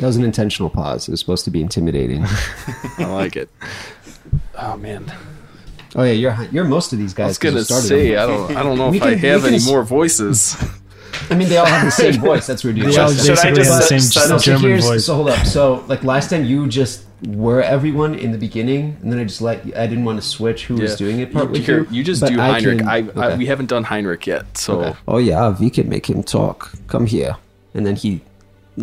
That was an intentional pause. It was supposed to
<laughs>
be intimidating.
I like it. <laughs> Oh man,
oh yeah, you're you're most of these guys.
I was
'cause you
gonna
started
say uh,
them.
I don't I don't know
We
if
can-
I
we
have
can
any
ass-
more
<laughs>
voices.
I mean, they all have
<laughs>
the same voice. That's weird.
They all Should I basically just have the set- same set up- German
here's-
voice.
So hold up. So like last time, you just were everyone in the beginning, and then I just let you, I didn't want to switch who was doing it. Part
you,
with
here,
you,
you just
but
do
I
Heinrich.
can-
I, I
okay.
we haven't done Heinrich yet, so
Okay. Oh yeah, we can make him talk. Come here. And then he,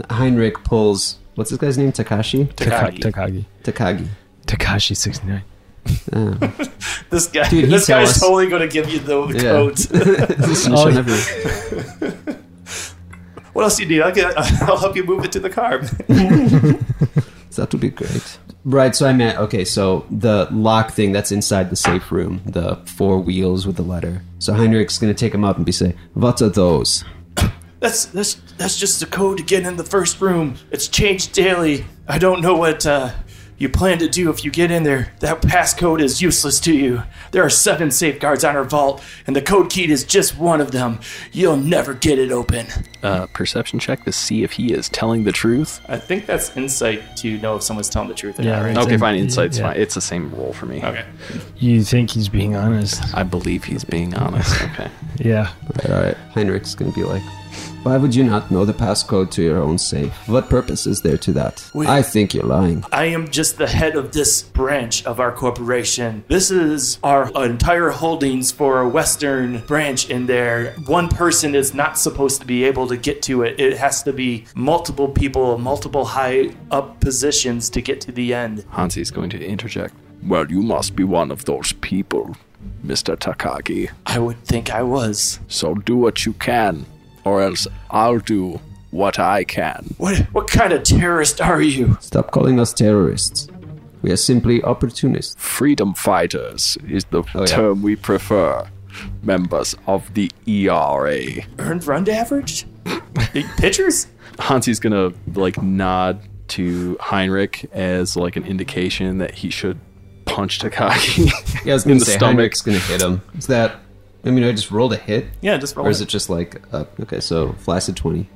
Heinrich pulls. What's this guy's name? Takashi.
Takagi.
Takagi.
Takagi.
Takashi sixty nine.
Oh.
This guy,
Dude, he
this
tell
guy's
us.
totally going to give you the
Yeah. <laughs> This is
coat.
Oh, yeah.
what else do you need? I'll, get, <laughs> I'll help you move it to the car. <laughs>
So that would be great. Right, so I meant okay, so the lock thing that's inside the safe room, the four wheels with the letter. So Heinrich's gonna take them up and be say, What are those?
That's that's that's just the code to get in the first room. It's changed daily. I don't know what uh, you plan to do if you get in there. That passcode is useless to you. There are seven safeguards on our vault, and the code key is just one of them. You'll never get it open.
uh, perception check to see if he is telling the truth.
I think that's insight to know if someone's telling the truth or
Yeah,
not. Right?
It's
okay,
in-
fine. Insight's
yeah.
fine. It's the same roll for me.
Okay.
You think he's being honest?
I believe he's being honest. Okay.
Yeah.
Alright, Heinrich's gonna be like, Why would you not know the passcode to your own safe? What purpose is there to that?
Wait.
I think you're lying.
I am just the head of this branch of our corporation. This is our entire holdings for a Western branch in there. One person is not supposed to be able to get to it. It has to be multiple people, multiple high up positions to get to the end.
Hansi's going to interject. Well, you must be one of those people, Mr. Takagi.
I would think I was.
So do what you can, or else I'll do what I can.
What what kind of terrorist are you?
Stop calling us terrorists. We are simply opportunists.
<laughs> Freedom fighters is the term we prefer. Members of the E ERA.
Earned run average? The pitchers?
Hansi's gonna like nod to Heinrich as like an indication that he should punch Takagi
Yeah, I was
in
gonna
the
say
stomach.
Heinrich's gonna hit him. Is that? I mean, I just rolled a hit.
Yeah, just roll
Or is
it.
it just like uh, okay? So flaccid twenty.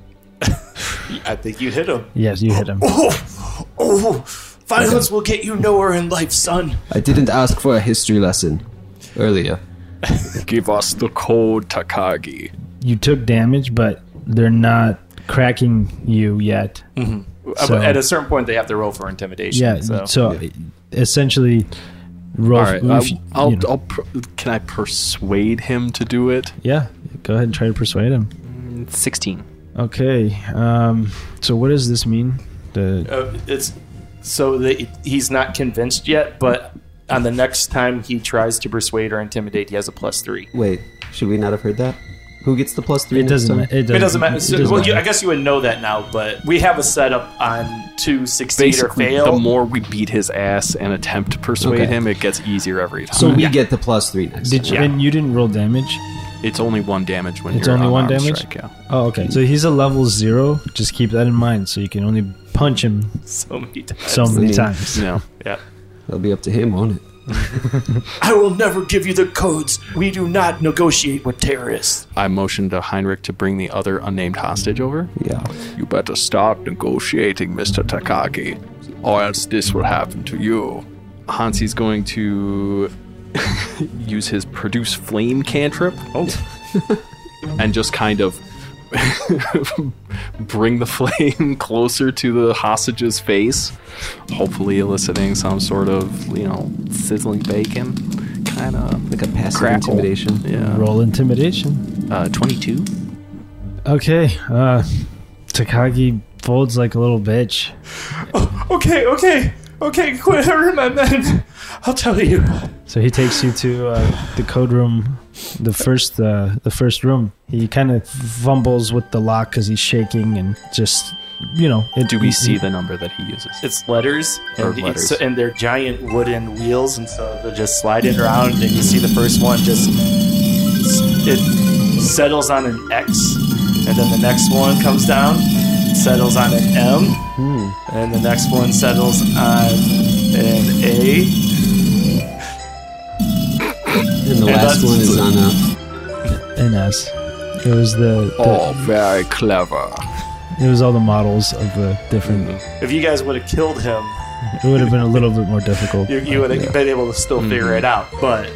I think you hit him.
Yes, you hit him.
Oh, oh, violence will get you nowhere in life, son.
I didn't ask for a history lesson earlier.
<laughs> Give us the code, Takagi.
You took damage, but they're not cracking you yet.
Uh,
So-
but At a certain point, they have to roll for intimidation.
yeah.
so,
So, essentially, roll.
All right,
if
I'll,
you-
I'll,
you know,
I'll per- can I persuade him to do it?
yeah. Go ahead and try to persuade him.
Sixteen.
Okay. Um, so what does this mean? The
uh, it's so that he's not convinced yet. But on the next time he tries to persuade or intimidate, he has a plus three.
Wait, should we not have heard that? Who gets the plus three?
It
next
doesn't
time?
ma- it
It doesn't, matter. So- well, you, I guess you would know that now, but we have a setup on two succeed
Basically,
or fail.
the more we beat his ass and attempt to persuade
Okay.
him, it gets easier every time.
So we Yeah.
get the plus three next
did you, and you didn't roll damage.
It's only one damage when
it's
you're
only
on
one
armed
damage.
strike, yeah.
Oh, okay. So he's a level zero. Just keep that in mind. So you can only punch him
so many times.
So many times.
No.
Yeah.
That'll be up to him, won't it?
I will never give you the codes. We do not negotiate with terrorists.
I motioned to Heinrich to bring the other unnamed hostage over.
Yeah.
You better start negotiating, Mr. Takagi, or else this will happen to you. Hansi's going to <laughs> use his produce flame cantrip. Oh. <laughs> and just kind of <laughs> bring the flame <laughs> closer to the hostage's face, hopefully eliciting some sort of, you know, sizzling bacon kind of
like a passive
intimidation.
Yeah.
Roll intimidation.
Uh, 22.
Okay. Uh, Takagi folds like a little bitch.
Okay, okay, okay. Quit hurting my men. <laughs> I'll tell you.
So he takes you to uh, the code room, the first uh, the first room. He kind of fumbles with the lock because he's shaking and just you know. It,
Do we see the number that he uses?
It's letters,
Or
and, he-
letters.
so- and they're giant wooden wheels, and so they're just sliding around, and you see the first one just it settles on an X, and then the next one comes down, settles on an M, and the next one settles on an A.
And the last one is on a.
NS? It was the,
Oh, very clever.
the- it was all the models of the different.
If you guys would have killed him,
It would have been a little bit more difficult.
you, you would have been able to still figure it out. But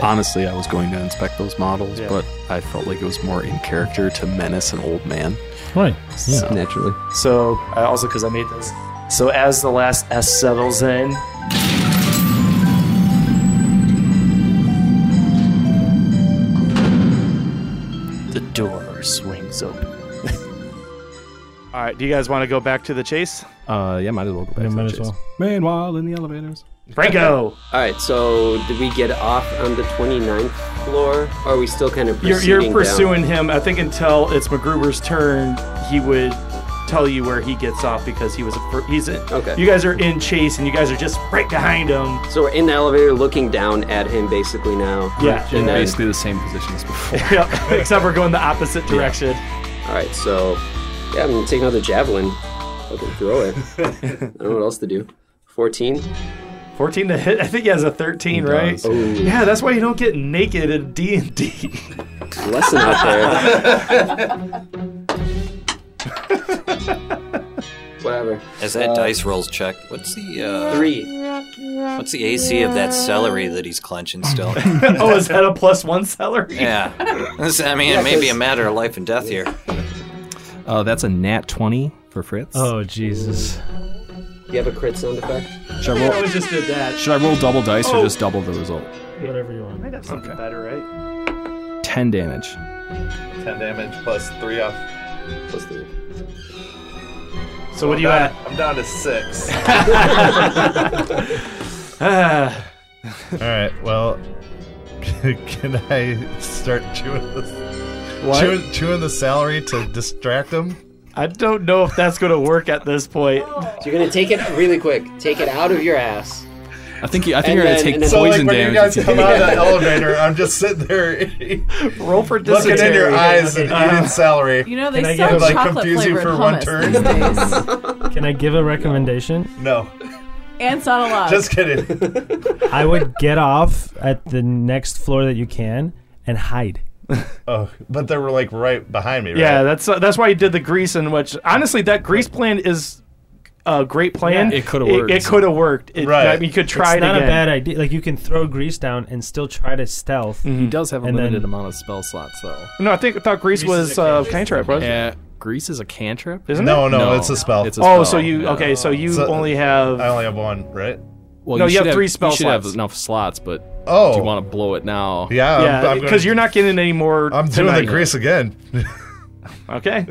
Honestly, I was going to inspect those models, but I felt like it was more in character to menace an old man.
Right.
Yeah.
Naturally.
So I also because I made those. So as the last S settles in, the door swings open. <laughs> All right, do you guys want to go back to the chase?
Uh, yeah, might as well go back.
might
to
as
the chase.
well.
Meanwhile, in the elevators.
Franco!
All right, so did we get off on the 29th floor? Or are we still kind of
You're,
proceeding
you're
down?
pursuing him. I think until it's MacGruber's turn, he would tell you where he gets off because he was a, fir- he's a,
Okay.
You guys are in chase and you guys are just right behind him.
So we're in the elevator looking down at him basically now.
Yeah.
In
then-
basically the same position as before. <laughs>
<laughs> yeah, except we're going the opposite direction.
All right, so yeah, I'm gonna take another javelin. Fucking throw it. I don't know what else to do. 14.
14 to hit. I think he has a 13,
He
right?
does. Oh.
Yeah, that's why you don't get naked in D and D. <laughs>
Lesson out there. Whatever.
As
Uh,
that dice rolls check, what's the uh,
Three.
What's the AC of that celery that he's
<laughs>
clenching still?
oh, is that a plus one salary?
yeah, This- I mean
Yeah,
it may be a
'cause-
matter of life and death here.
Uh, that's a nat 20 for Fritz.
Oh, Jesus.
Do you have a crit sound effect?
Should I roll,
just did that.
should I roll double dice
Oh.
or just double the result?
Whatever you want. Might have something better, right?
10 damage.
10 damage plus 3 off. Plus 3.
So what do you
I'm
at?
down- I'm down to 6.
Ah.
All right. Well, <laughs> can I start chewing this?
What?
Chewing, chewing the salary to distract him?
I don't know if that's going to work at this point.
You're gonna take it really quick. Take it out of your ass.
I think you, I think
And
you're gonna
then- and
take poison
then- So, like,
damage.
when you
if
guys
do
come out
that.
of
That <laughs> elevator. I'm just sitting there.
Roll for
Looking in your
dysentery.
eyes and
Uh-huh.
Uh,
eating salary.
You know, they
Can I
sell
get, like,
chocolate
confuse you
flavored
for
hummus
one
these
turn? <laughs>
days.
Can I give a recommendation?
No. <laughs>
Ants not allowed.
Just kidding.
I would get off at the next floor that you can and hide.
Oh, but they were like right behind me. Right?
Yeah, that's that's why he did the grease in which honestly that grease plan is a great plan.
Yeah, it coulda worked.
It, could have worked. It,
Right.
I mean, you could try
it's
it
not
again.
a bad idea. Like you can throw grease down and still try to stealth.
He does have a
And then-
limited amount of spell slots, though.
No, I think I thought grease,
Grease is
was
a
uh, cantrip, wasn't it?
Yeah, grease is a cantrip,
Isn't No, it? no,
it's a spell.
It's a
Oh,
spell,
so you
yeah.
okay? So you only have
I only have one, right?
Well,
no, you,
should
have, three spell
you should
slots.
Have enough slots, but
Oh.
do you want to blow it now?
Yeah, Um, I'm- I'm gonna-
because you're not getting any more.
I'm doing the grease again.
Okay.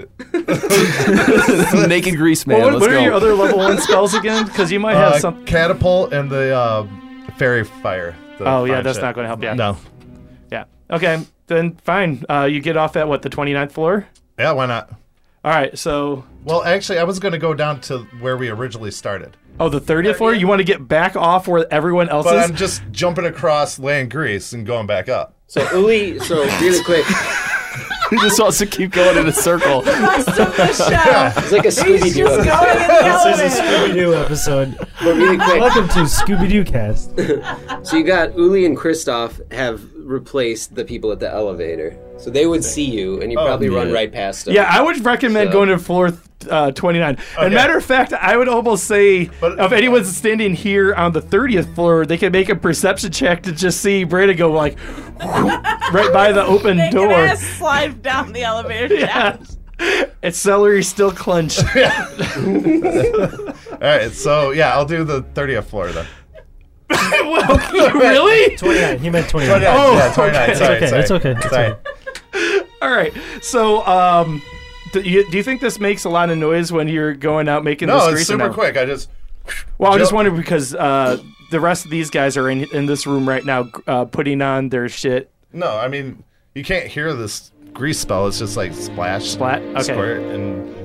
<laughs> Naked grease man.
Well, what
let's
what
go.
are your other level
<laughs>
one spells again? Because you might
Uh,
have some.
catapult and the uh, fairy fire. the
Oh yeah,
fire
that's
shit.
not going to help you. out.
No.
Yeah. Okay. Then fine. Uh, you get off at what the 29th floor.
Yeah, why not?
All right. So
Well, actually, I was going to go down to where we originally started,
oh, the 30th floor. You want to get back off where everyone else
but
is.
I'm just jumping across land grease and going back up.
So Uli, so really quick,
<laughs> he just wants to keep going in a circle.
<laughs>
it's like a Scooby Doo.
This is a Scooby Doo episode.
But really quick.
Welcome to Scooby Doo Cast.
So you got Uli and Kristoff have replaced the people at the elevator, so they would see you, and you probably run right past them.
Yeah, I would recommend
So-
going to floor uh, 29. And
Okay.
matter of fact, I would almost say if anyone's standing here on the 30th floor, they could make a perception check to just see Brady go like <laughs> right by the open
Naked
door.
ass slide down the elevator shaft.
<laughs> It's celery still
<laughs>
clenched.
All right, so yeah, I'll do the 30th floor then.
<laughs> really?
<laughs>
29. He meant 29.
29,
Oh,
yeah, 29.
okay.
Sorry,
It's okay,
sorry.
it's okay, it's
Sorry.
All right. So, um, do you, do you think this makes a lot of noise when you're going out making
No,
this
it's
grease
super
announcement?
quick. I just
Well, I just
Joe-
wondered because uh, the rest of these guys are in in this room right now, gr- uh, putting on their shit.
no. I mean, you can't hear this grease spell. It's just like splash,
Splat? Okay.
squirt, and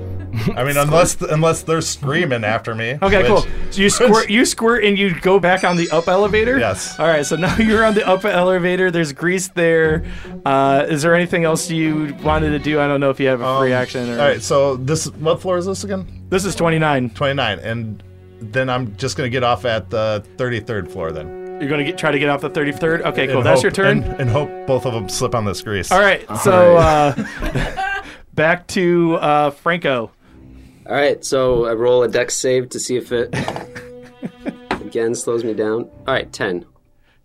I mean, unless unless they're screaming after me.
Okay,
which-
cool. So you squirt, you squirt, and you go back on the up elevator.
Yes.
All right. So now <laughs> you're on the up elevator. There's grease there. Uh, is there anything else you wanted to do? I don't know if you have a free action or.
Um, All right, so this what floor is this again?
This is 29.
29, and then I'm just gonna get off at the 33rd floor then.
You're gonna get, try to get off the 33rd. Okay, cool.
And
That's
hope-
your turn.
and, and hope both of them slip on this grease.
All right. so <laughs> Uh, back to uh, Franco.
All right, so I roll a dex save to see if it again slows me down. All right, ten.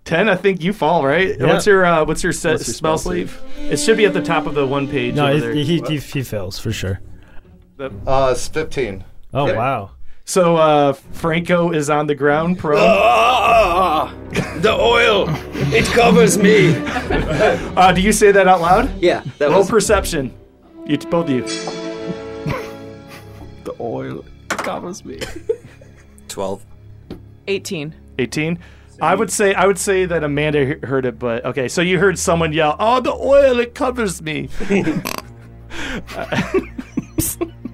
Ten, I think you fall right.
Yeah.
What's your uh, what's your, set, spell,
spell
sleeve? It should be at the top of the one page.
No,
over
it,
there.
he, he, he fails for sure.
Uh, it's 15.
Oh, wow.
So uh, Franco is on the ground, prone. <gasps>
Ah, the oil, it covers me.
Uh, do you say that out loud?
Yeah, that
Roll
was-
perception. You both of you.
the oil covers me.
12.
18.
Eighteen. I would say I would say that Amanda he- heard it, but okay. So you heard someone yell, "Oh, the oil it covers me."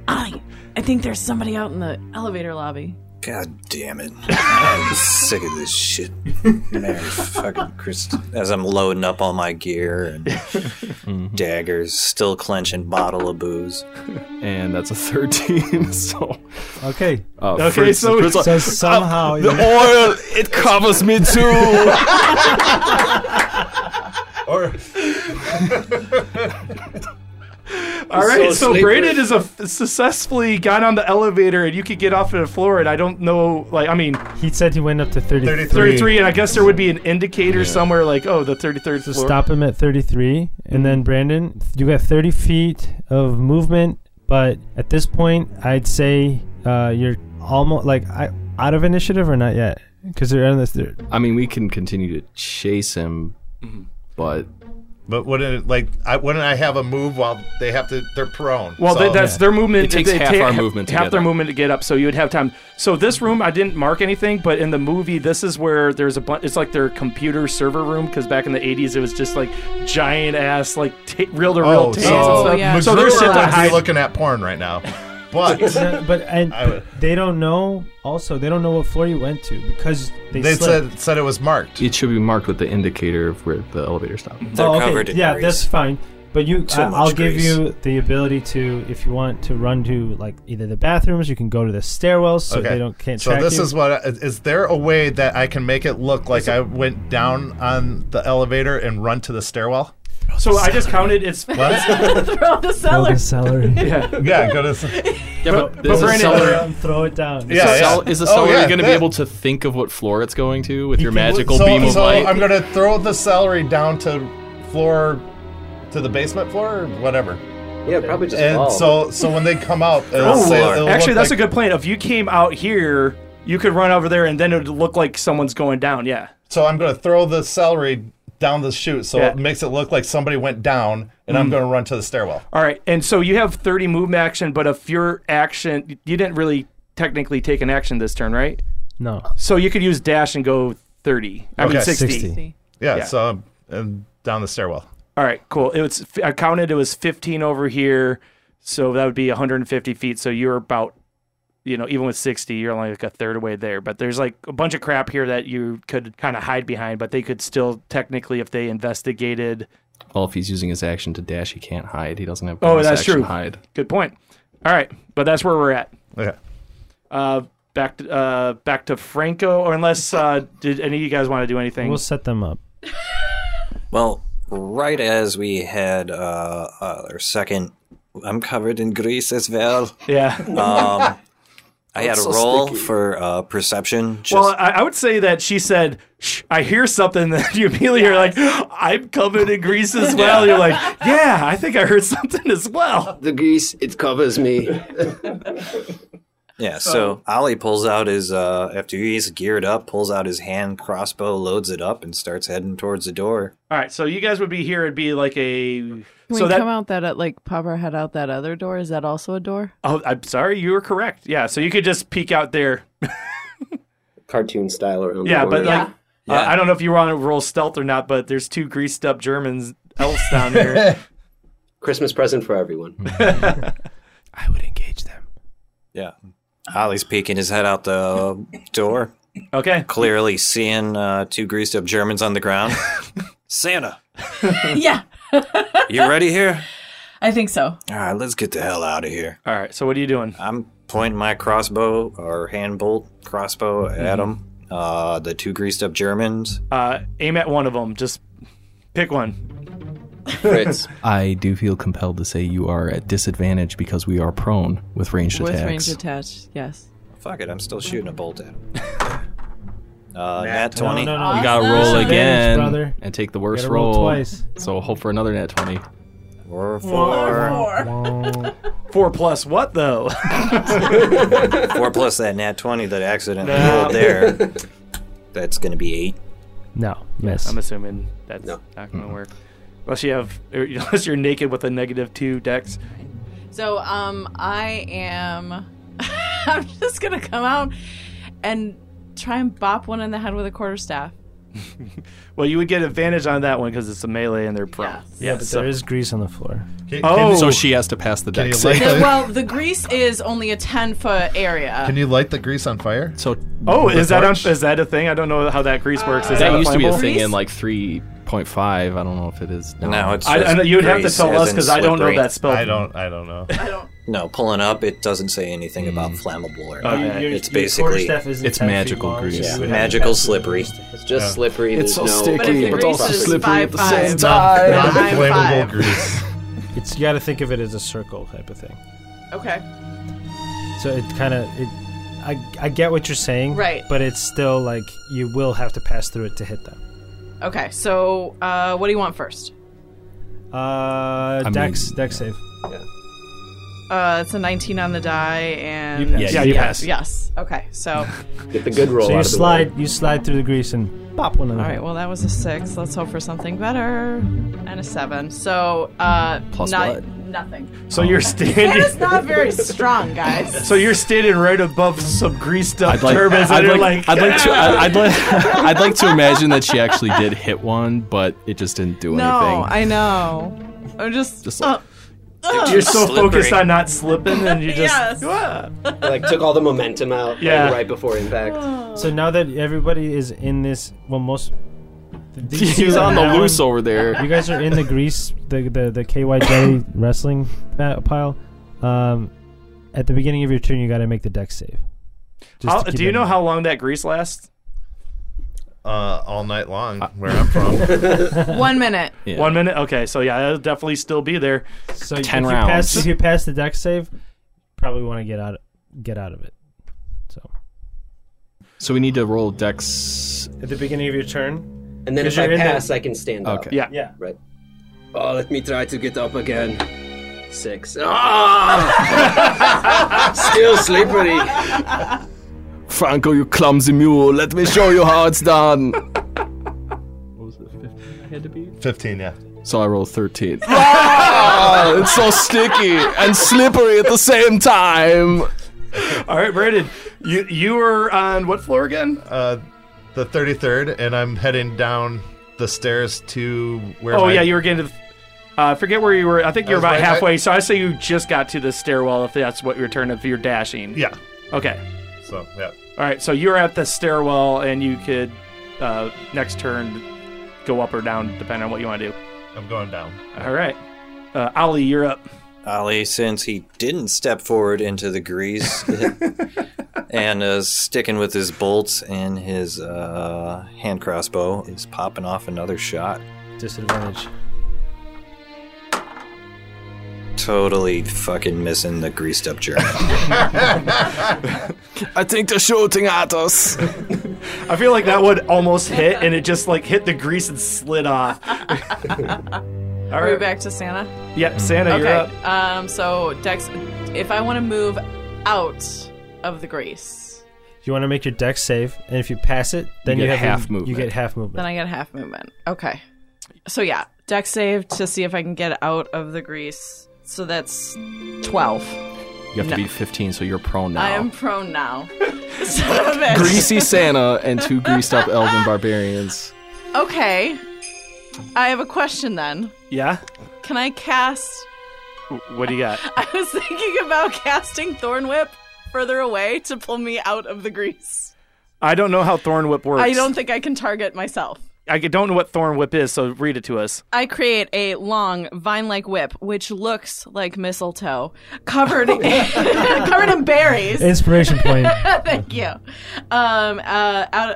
I, I think there's somebody out in the elevator lobby.
God damn it. I'm sick of this shit. Mary fucking Christ. As I'm loading up all my gear
Mm-hmm.
and daggers, still clenching bottle of booze.
And that's a 13, <laughs> so.
Okay.
Oh.
Uh,
Okay,
Fritz-
so-
Fritz-
So somehow <laughs>
Uh,
you-
the oil it covers me too.
Or
All right,
So
so,
sleepy.
Brandon is a successfully got on the elevator, and you could get off of the floor. And I don't know, like, I mean,
He said he went up to 33.
33, and I guess there would be an indicator somewhere, like, oh, the 33rd floor.
Stop him at 33. And then, Brandon, you got 30 feet of movement. But at this point, I'd say uh, you're almost like I, out of initiative or not yet?
<laughs>
Because they're on this. They're,
Mm-hmm. I mean, we can continue to chase him, but
But wouldn't it, like I wouldn't I have a move while they have to? They're prone.
Well,
so-
th- that's their movement.
It takes half our movement to
Half
get
their
up.
movement to get up, so you would have time. So this room, I didn't mark anything, but in the movie, this is where there's a bunch. It's like their computer server room because back in the '80s, it was just like giant ass like ta- reel to
Oh,
reel tapes and
Oh,
stuff. So there's shit to
i
hide.
looking at porn right now.
<laughs>
But
but and they don't know. Also, they don't know what floor you went to because they, slipped.
said it was marked.
It should be marked with the indicator of where the elevator stopped.
Oh, okay. yeah, that's fine. But you,
So
I,
much
I'll give
grease.
you the ability to, if you want to run to like either the bathrooms, you can go to the stairwells so they don't can't
so
track <laughs>
this
you.
is what I- is there a way that I can make it look like I went down on the elevator and run to the
<laughs>
stairwell?
So I just counted. It's
What?
Throw the
<laughs>
cellar.
celery.
yeah.
Yeah, go to.
Yeah, but,
Put
there's a
it
cellar.
down, throw it down.
Is, the cell, is the
Oh,
cellar
yeah,
going to be
that-
able to think of what floor it's going to with your magical
so,
beam of
so
light?
I'm gonna throw the celery down to floor, to the basement floor or whatever.
Yeah, probably just
And
fall.
so, so when they come
<laughs>
out, it'll
Oh,
say, it'll
actually,
look
that's
like,
a good plan. If you came out here, you could run over there, and then it would look like someone's going down. Yeah.
So I'm gonna throw the celery down the chute, so
Yeah.
it makes it look like somebody went down, and I'm
Mm.
gonna run to the stairwell.
All right, and so you have 30 movement action, but if your action, you didn't really technically take an action this turn, right?
No.
So you could use dash and go 30. I mean
Okay.
60.
60. Yeah, so I'm, I'm down the stairwell.
All right, cool. It was I counted it was 15 over here, so that would be 150 feet. So you're about, you know, even with 60, you're only like a third away there. But there's like a bunch of crap here that you could kind of hide behind, but they could still technically, if they investigated,
well, if he's using his action to dash, he can't hide. He doesn't have.
Oh,
bonus
that's
action
true.
Hide.
Good point. All right, but that's where we're at.
Okay.
Uh, back to uh, back to Franco, or unless uh, did any of you guys want to do anything?
We'll set them up.
Well, right as we had uh, uh, our second, I'm covered in grease as well.
Yeah.
Um, I had
That's
a
so
roll
sticky.
for uh, perception. Just,
well, I, I would say that she said, Shh, "I hear something." <laughs> That you immediately are like, "I'm coming to Greece <laughs> as well." You're like, "Yeah, I think I heard something as well."
The grease, it covers me.
yeah. So Ollie pulls out his uh, after he's geared up, pulls out his hand crossbow, loads it up, and starts heading towards the door.
All right, so you guys would be here. It'd be like a
Can
so
we
that.
come out that uh, like pop our head out that other door? Is that also a door?
oh, I'm sorry, you were correct. Yeah, so you could just peek out there.
Cartoon style around
Yeah,
the corner.
but like, Uh,
Yeah.
I don't know if you want to roll stealth or not, but there's two greased up Germans elves down here.
Christmas present for everyone.
Yeah. Ollie's peeking his head out <laughs> the door.
Okay.
Clearly seeing uh, two greased up Germans on the ground. <laughs> Santa,
yeah,
you ready here?
I think so.
All right, let's get the hell out of here.
All right, so what are you doing?
I'm pointing my crossbow or hand bolt crossbow at them. Uh, the two greased up Germans.
Uh, aim at one of them. Just pick one.
Fritz.
I do feel compelled to say you are at disadvantage because we are prone with ranged
With
attacks.
range attached, yes.
Fuck it, I'm still shooting a bolt at <laughs> them. Uh, nat 20.
No, no, no.
You gotta
Awesome.
roll
Disadvantage,
again
brother.
and take the worst
Gotta roll
roll.
twice.
So hope for another nat twenty.
Four, four.
Four plus what though? <laughs>
Four plus that nat 20 that I accidentally rolled there. That's going to be eight.
No, miss.
I'm assuming that's not gonna work. Unless you have, <laughs> or unless you're naked with a negative two dex.
So um, I am. <laughs> I'm just gonna come out and try and bop one in the head with a quarter staff.
Well, you would get advantage on that one because it's a melee and they're prone. Yes.
yeah, but there is grease on the floor.
Oh.
So she has to pass the
Can you
dex.
light
The-
<laughs>
the,
well, the grease is only a ten foot area.
can you light the grease on fire?
So
Oh,
The
is that on,
torch?
is that a thing? I don't know how that grease works. Is
Uh, that
that
used to be a
flammable?
thing in like three point five. I don't know if it is now.
Now it's
I- I
just
know- you would have to
grease,
tell
as
us
in
'cause I don't know
slippery.
that spell. I
don't. I don't know.
No, pulling up, it doesn't say anything about
Mm.
flammable or
Okay.
anything.
Your-
Uh, It's
your
basically
quarterstaff isn't
It's 10 feet magical long, grease. so
Yeah,
you would have
magical slippery.
It's just slippery.
It's so
there's no
sticky, But if the but grease also is slippery at the five, same five, time.
five,
Non flammable
five.
grease.
It's you got to think of it as a circle type of thing.
Okay.
So it kind of it. I, I get what you're saying,
Right.
But it's still like you will have to pass through it to hit them.
Okay. So uh, what do you want first?
Uh,
I
Dex,
mean-
Dex save.
Uh, it's a 19 on the die, and
You passed. Yeah, you passed.
Yes. Okay. So
Get the good roll.
So you
out of the way.
slide, you slide through the grease and pop one of
All
them.
right. Well, that was a six. Let's hope for something better. And a seven. So uh,
Plus
not,
what?
Nothing.
So you're standing.
Santa's not very strong, guys.
<laughs> So you're standing right above some greased up
I'd like,
turbans,
I'd
and you're
like,
like,
I'd like to, I- I'd like, <laughs> I'd like to imagine that she actually did hit one, but it just didn't do
No,
anything.
I know. I'm just.
Just
uh, uh.
<laughs> You're "Ah!" so focused on not slipping, and you just
Yes.
like took all the momentum out like,
Yeah.
right before impact.
So now that everybody is in this, well, most. these
He's
<laughs> two
on
are
the
now
loose over there.
You guys are in the grease, the the, the KYJ wrestling ba- pile. Um, at the beginning of your turn, you got to make the deck save. Just
How,
to keep
do you
it-
know how long that grease lasts?
Uh, all night long, where I'm
<laughs>
from.
One minute.
One minute. Okay, so yeah, it'll definitely still be there.
So if You pass, if you pass the deck save, probably want to get out get out of it.
So we need to roll dex.
At the beginning of your turn,
And then if I pass, I can stand up.
Okay. Yeah.
Yeah.
Right. Oh, let me try to get up again. Six.
<laughs>
Ah! Still slippery.
Franco, you clumsy mule, let me show you how it's done.
I had to be.
15, yeah.
So I rolled
<laughs>
13. Ah, it's so sticky and slippery at the same time.
<laughs> All right, Brandon, you you were on what floor again?
Uh, the 33rd, and I'm heading down the stairs to where.
oh
my-
yeah, you were getting to. The, uh, forget where you were. I think
I
you're
was
about
right- I-
halfway. so I say you just got to the stairwell. If that's what your turn, if you're dashing.
Yeah.
Okay.
So yeah.
All right. So you're at the stairwell, and you could uh, next turn go up or down depending on what you want to do.
I'm going down.
All right. Uh, Ollie, you're up.
Ali, since he didn't step forward into
<laughs>
the grease and uh, sticking with his bolts and his uh, hand crossbow, is popping off another shot.
Disadvantage.
Totally fucking missing the greased up German.
I think they're shooting at us.
I feel like that would almost hit, and it just like hit the grease and slid
<laughs>
off. All
Are we
right.
back to Santa?
Yep, Santa,
okay.
you're up.
Um. So Dex, if I want to move out of the grace,
You want to make your deck save, and if you pass it, then
You
you,
get
have your-
half
You
movement.
get half movement.
then I get half movement. Okay. So yeah, Dex save to see if I can get out of the grease. So that's twelve.
You have to
No.
be 15, so you're prone now.
I am prone now. <laughs> Son of a bitch. <laughs>
Greasy Santa and two greased up elven barbarians.
Okay. I have a question then.
Yeah.
Can I cast? <laughs>
What do you got?
I was thinking about casting Thorn Whip further away to pull me out of the grease.
I don't know how Thorn Whip works.
I don't think I can target myself.
I don't know what Thorn Whip is, so read it to us.
I create a long vine-like whip, which looks like mistletoe,
<laughs>
covered in, <laughs> covered in berries.
Inspiration point.
<laughs> Thank you. Um, uh, out,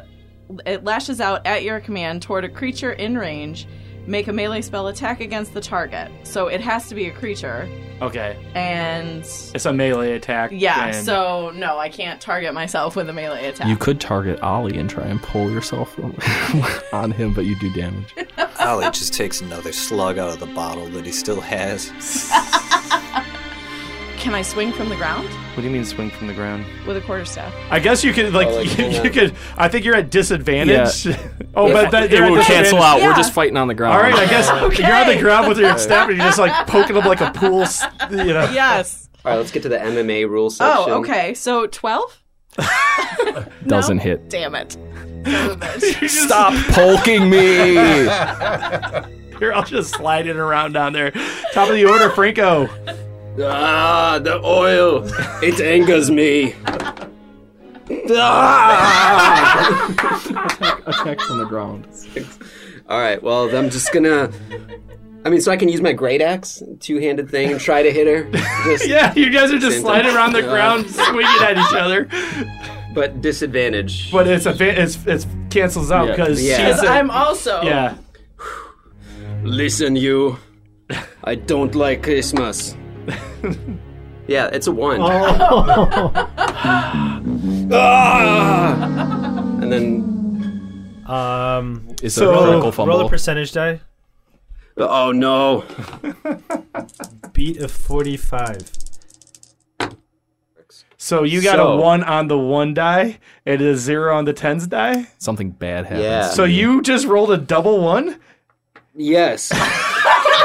it lashes out at your command toward a creature in range. Make a melee spell attack against the target. So it has to be a creature.
Okay.
And
It's a melee attack.
yeah,
and-
so no, I can't target myself with a melee attack.
You could target Ollie and try and pull yourself <laughs> on him, but you do damage.
Ali just takes another slug out of the bottle that he still has.
Can I swing from the ground
What do you mean swing from the ground?
with a quarterstaff?
I guess you could like, <laughs>
Oh, like,
you,
hang
you
on.
could. I think you're at disadvantage.
Yeah.
<laughs> oh, but that,
it
you're at
will cancel
disadvantage.
out. We're just fighting on the ground.
All right, I
<laughs>
guess you're on the ground with your
Okay.
staff, and you're just like poking up like a pool. s- You know.
Yes.
All right, let's get to the MMA rule section.
Oh, okay. So twelve.
Doesn't hit.
Damn it.
Stop
<laughs>
poking me.
Here, I'll just slide it around down there. Top of the order, Franco.
Ah, the oil. It angers me. Ah!
Attack from the ground.
All right. Well, I'm just gonna. I mean, so I can use my great axe, two-handed thing, and try to hit her. Just
Yeah, <laughs> you guys are just
Same
sliding
thing.
around the
Yeah. <laughs>
ground, swinging at each other.
But disadvantage.
But it's a fa- it's it's cancels out because
Yeah.
she's a,
I'm also.
yeah.
Listen, you. I don't like Christmas. yeah, it's a one. <laughs> Ah! And then,
Um,
Is
so
that a
roll,
critical fumble?
roll a percentage die.
oh no.
Beat of forty-five.
So you got
So-
a one on the one die and a zero on the tens die.
Something bad happens.
Yeah. So you just rolled a double one.
Yes.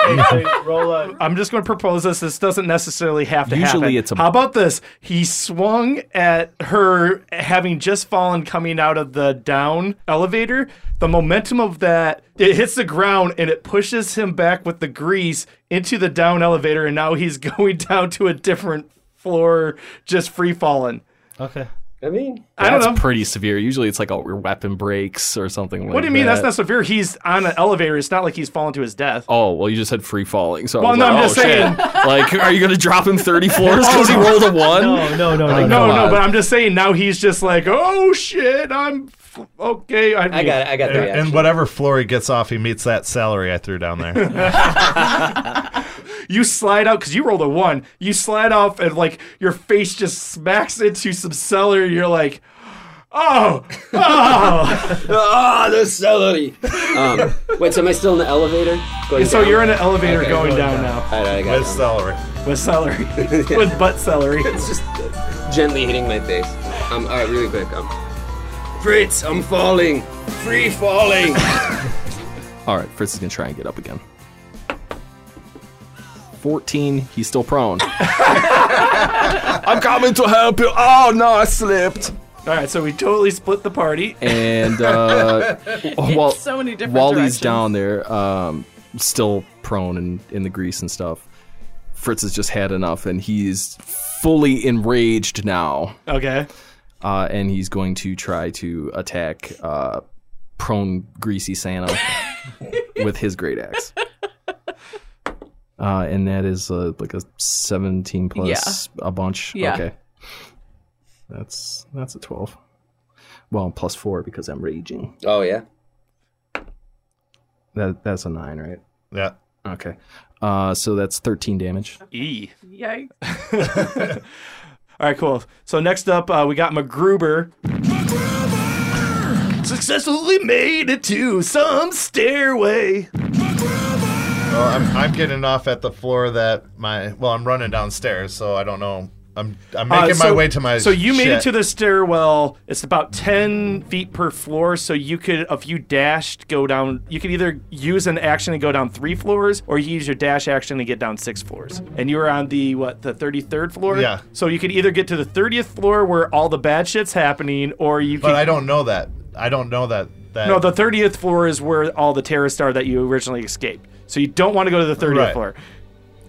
I'm just going to propose this. This doesn't necessarily have to happen.
Usually it's a-
How about this? He swung at her having just fallen coming out of the down elevator. The momentum of that, it hits the ground and it pushes him back with the grease into the down elevator. And now he's <laughs> going down to a different floor, just free falling.
Okay.
I mean,
I don't know.
That's pretty severe. Usually it's like a, your weapon breaks or something like
What do you mean?
that.
That's not severe. He's on an elevator. It's not like he's fallen to his death.
Oh, well, you just said free falling. So I
Well,
was
no,
like,
I'm
oh,
just
shit.
saying.
<laughs> Like, are you going to drop him 30 floors because <laughs> he
Oh, no.
rolled a one?
No, no,
Like,
no,
come
no,
on.
but I'm just saying now he's just like, oh shit, I'm f- okay. I, mean-
And- And whatever floor he gets off, he meets that salary I threw down there.
<laughs> You slide out because you rolled a one. You slide off and like your face just smacks into some cellar. You're like, oh, oh.
Ah, the celery.
<laughs>
Um, wait, so am I still in the elevator? Going
so
down?
you're in an elevator
Okay,
going, down, now.
All right, I got
With
celery.
With celery. <laughs> With butt celery.
It's just gently hitting my face. Um, all right, really quick. Um, Fritz, I'm falling. Free falling.
All right, Fritz is going to try and get up again. 14. He's still prone. <laughs> I'm coming to help you. Oh, no, I slipped.
All right, so we totally split the party.
And <laughs> uh, while,
So many different
while
directions.
he's down there, um, still prone and in the grease and stuff, Fritz has just had enough and he's fully enraged now.
Okay.
Uh, and he's going to try to attack uh, prone greasy
<laughs>
Santa with his great axe. Uh, and that is uh, like a 17 plus a bunch.
Yeah.
Okay. That's that's a 12. Well, plus 4 because I'm raging.
Oh yeah.
That that's a 9, right?
Yeah.
Okay. Uh, so that's 13 damage.
E.
Yikes.
<laughs> All right, cool. So next up, uh, we got MacGruber. Successfully made it to some stairway.
Well, I'm, I'm getting off at the floor that my. Well, I'm running downstairs, so I don't know. I'm I'm
Uh,
making my
so-
way to my.
So you made it
shit.
to the stairwell. It's about ten feet per floor. So you could, if you dashed, go down. You could either use an action and go down three floors, or you use your dash action and get down six floors. And you were on the what, the thirty-third floor?
Yeah.
So you could either get to the thirtieth floor where all the bad shit's happening, or you.
But
could,
I don't know that. I don't know that. that
No, the thirtieth floor is where all the terrorists are that you originally escaped. So you don't want to go to the thirtieth
Right.
floor.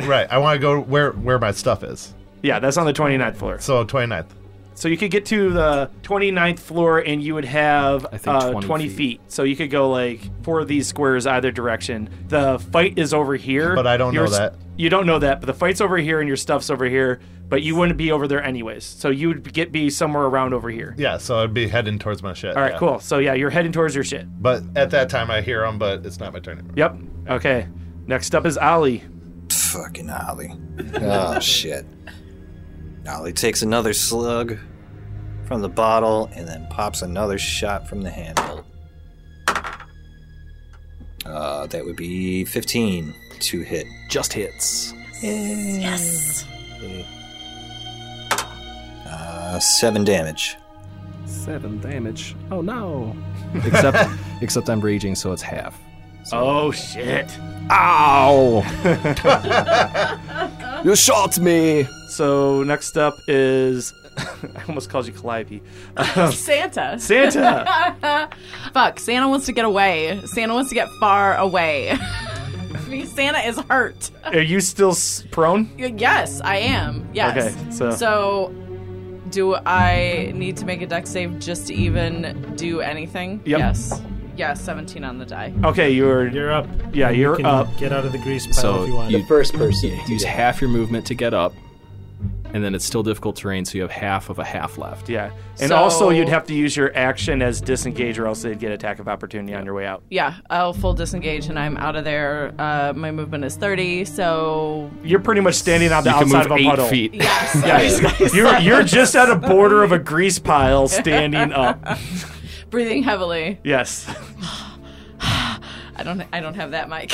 right. I want to go where where my stuff is.
Yeah, that's on the 29th floor.
So 29th.
So you could get to the 29th floor and you would have
think
uh,
20
20, feet. So you could go like four of these squares either direction. The fight is over here.
But I don't know
Your s-
that.
You don't know that, but the fight's over here and your stuff's over here, but you wouldn't be over there anyways. So you would get be somewhere around over here.
Yeah. So I'd be heading towards my shit.
All right,
yeah.
cool. So yeah, you're heading towards your shit.
But at that time, I hear him, but it's not my turn. anymore.
Yep. Okay. Next up is Ollie.
Fucking Ollie. Oh, shit. Ollie takes another slug from the bottle and then pops another shot from the handle. Uh, that would be 15 to hit.
Just hits.
Yes.
Uh, 7 damage.
7 damage. Oh no. <laughs> Except except I'm raging so it's half.
Oh shit.
Ow! you shot me.
So next up is <laughs> I almost called you Calliope.
<laughs>
Santa.
Santa.
Fuck, Santa wants to get away. Santa wants to get far away. <laughs> Santa is hurt.
Are you still s- prone?
Yes, I am. Yes.
Okay, so-
So, do I need to make a deck save just to even do anything?
Yep. Oh.
Yes. Yes, 17 on the die.
Okay, you're
you're up.
Yeah,
You
you're
can
up.
Get out of the grease pile
So
if you want.
first person.
Use half your movement to get up, and then it's still difficult terrain, so you have half of a half left.
Yeah. And
So-
also, you'd have to use your action as disengage, or else they'd get attack of opportunity on your way out.
Yeah, I'll full disengage and I'm out of there. Uh, my movement is 30, so.
You're pretty much standing on the
You can
outside of
move
a
eight
puddle.
feet.
Yeah, <laughs> you're you're just at a border of a grease pile, standing up.
Breathing heavily.
Yes.
I don't. I don't have that mic. <laughs>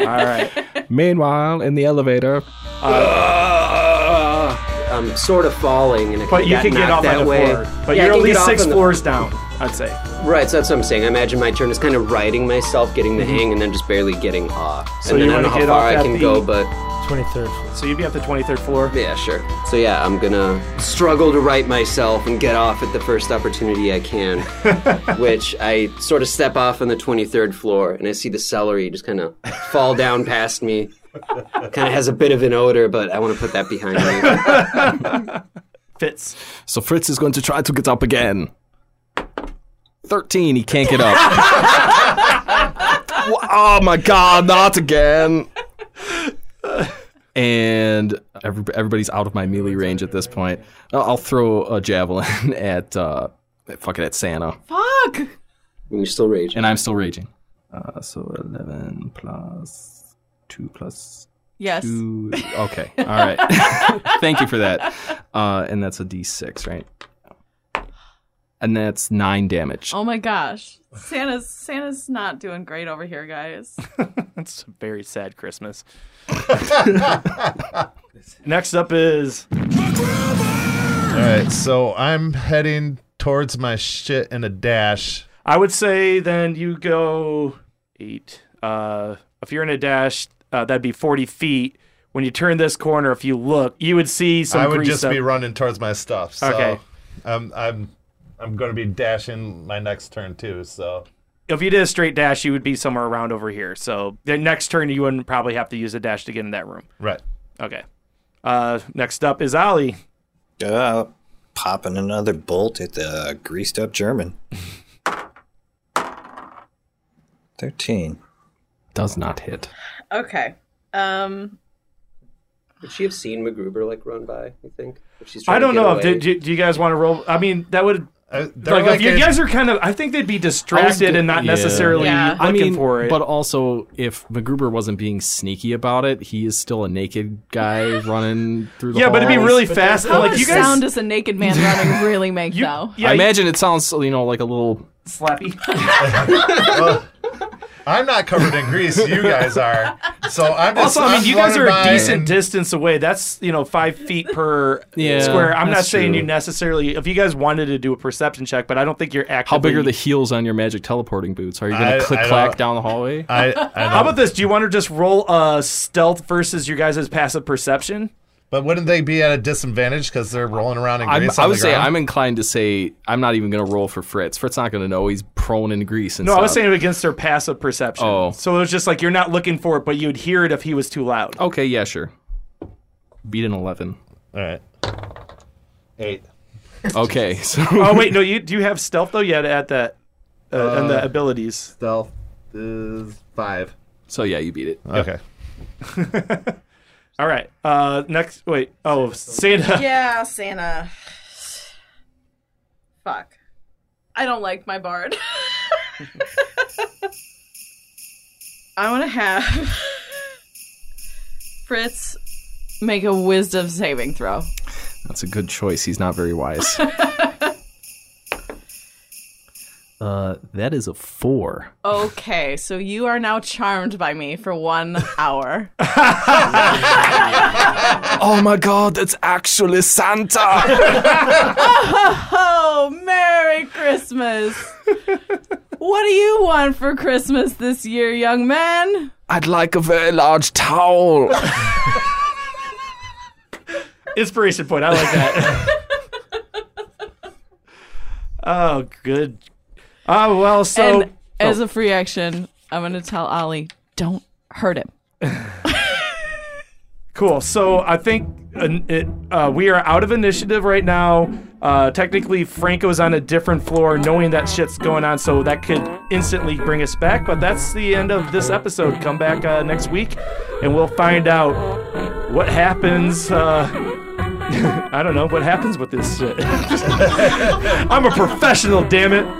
<laughs>
All right.
Meanwhile, in the elevator,
Uh, um, sort of falling, and it
But you
got
can get
knocked
off on
that
the
way.
floor. But
Yeah, I
you're at
can get
least
off
six
on the-
floors down, I'd say.
Right, so that's what I'm saying. I imagine my turn is kind of riding myself, getting the hang, and then just barely getting off.
Mm-hmm. So
and
you
then I
wanna
don't know how
get
far
off
I
at
can
the-
go, but
23rd.
So you'd be at the 23rd floor?
Yeah, sure. so yeah, I'm gonna struggle to right myself and get off at the first opportunity
<laughs>
I can. which I sort of step off on the 23rd floor, and I see the celery just kind of fall down past me. Kind of has a bit of an odor, but I want to put that behind
<laughs>
me.
Fitz.
So Fritz is going to try to get up again. 13, he can't get <laughs> up. Wha- oh my god, not again. And every, everybody's out of my melee range at this point. I'll, I'll throw a javelin <laughs> at, uh, fuck it, at Santa.
Fuck!
And you're still raging.
And I'm still raging. Uh, so 11 plus 2 plus
Yes.
two. Okay, all right. <laughs> Thank you for that. Uh, and that's a d6, right? And that's 9 damage.
Oh my gosh. Santa's Santa's not doing great over here, guys.
That's a very sad
<laughs>
Christmas. <laughs> Next up is.
All right, so I'm heading towards my shit in a dash.
I would say then you go eight. Uh, if you're in a dash, uh, that'd be 40 feet. When you turn this corner, if you look, you would see some.
I would
grease
just
up-
be running towards my stuff. So
Okay.
I'm I'm I'm going to be dashing my next turn too. So
If you did a straight dash, you would be somewhere around over here. So the next turn, you wouldn't probably have to use a dash to get in that room.
Right.
Okay. Uh, next up is Ollie.
Uh, popping another bolt at the greased up German. 13.
Does not hit.
<laughs> Okay. Um
Would she have seen MacGruber like run by? You think? If she's
I
trying to
don't
get
know.
away?
If, do, do, do you guys want to roll? I mean, that would.
Uh, they're
like, if
like
you
a-
guys are kind of. I think they'd be distracted and not
Yeah.
necessarily looking
I mean,
for it.
But also, if MacGruber wasn't being sneaky about it, he is still a naked guy running through the
Yeah, but it'd be
halls.
really But fast,
how much sound does a
<laughs>
naked man running really make though?
I imagine it sounds, you know, like a little.
Slappy.
I'm not covered in grease. You
<laughs>
guys are. So I'm just.
also, I
I'm
mean, you guys
running
are a
by
decent
and-
distance away. That's you know five feet per
Yeah,
square. I'm not
that's
saying you
true.
necessarily. If you guys wanted to do a perception check, but I don't think you're actively.
How big are the heels on your magic teleporting boots? Are you
I-
going to
I
click
don't-
clack down the hallway?
<laughs> How about this? Do you want to just roll uh, stealth versus your guys' passive perception?
But wouldn't they be at a disadvantage because they're rolling around in
I'm,
grease?
I
on
would
the
say
ground?
I'm inclined to say I'm not even going to roll for Fritz. Fritz not going to know he's prone in grease and
no, I was
stuff.
saying against their passive perception.
Oh.
So it was just like you're not looking for it, but you'd hear it if he was too loud.
Okay, yeah, sure. Beat an eleven.
All right. Eight.
Okay, so
oh wait, no, you do you have stealth though? You had to add that uh, and the
Uh,
abilities. Stealth
is five.
So yeah, you beat it.
Okay.
All right. Uh, next. Wait. Oh, Santa.
yeah, Santa. Fuck. I don't like my bard. <laughs> I want to have Fritz make a wisdom saving throw.
That's a good choice. He's not very wise. uh, that is a four.
Okay, so you are now charmed by me for one <laughs> hour.
Oh my god, that's actually Santa. <laughs>
oh, Merry Christmas! what do you want for Christmas this year, young man?
I'd like a very large towel.
Inspiration point. I like that. oh, good. Oh well. So
and as a free action, I'm going to tell Ollie, don't hurt him.
Cool. So I think uh, it, uh, we are out of initiative right now. Uh, technically, Franco's on a different floor, knowing that shit's going on, so that could instantly bring us back. But that's the end of this episode. Come back uh, next week, and we'll find out what happens. Uh, <laughs> I don't know what happens with this shit. I'm a professional, damn it.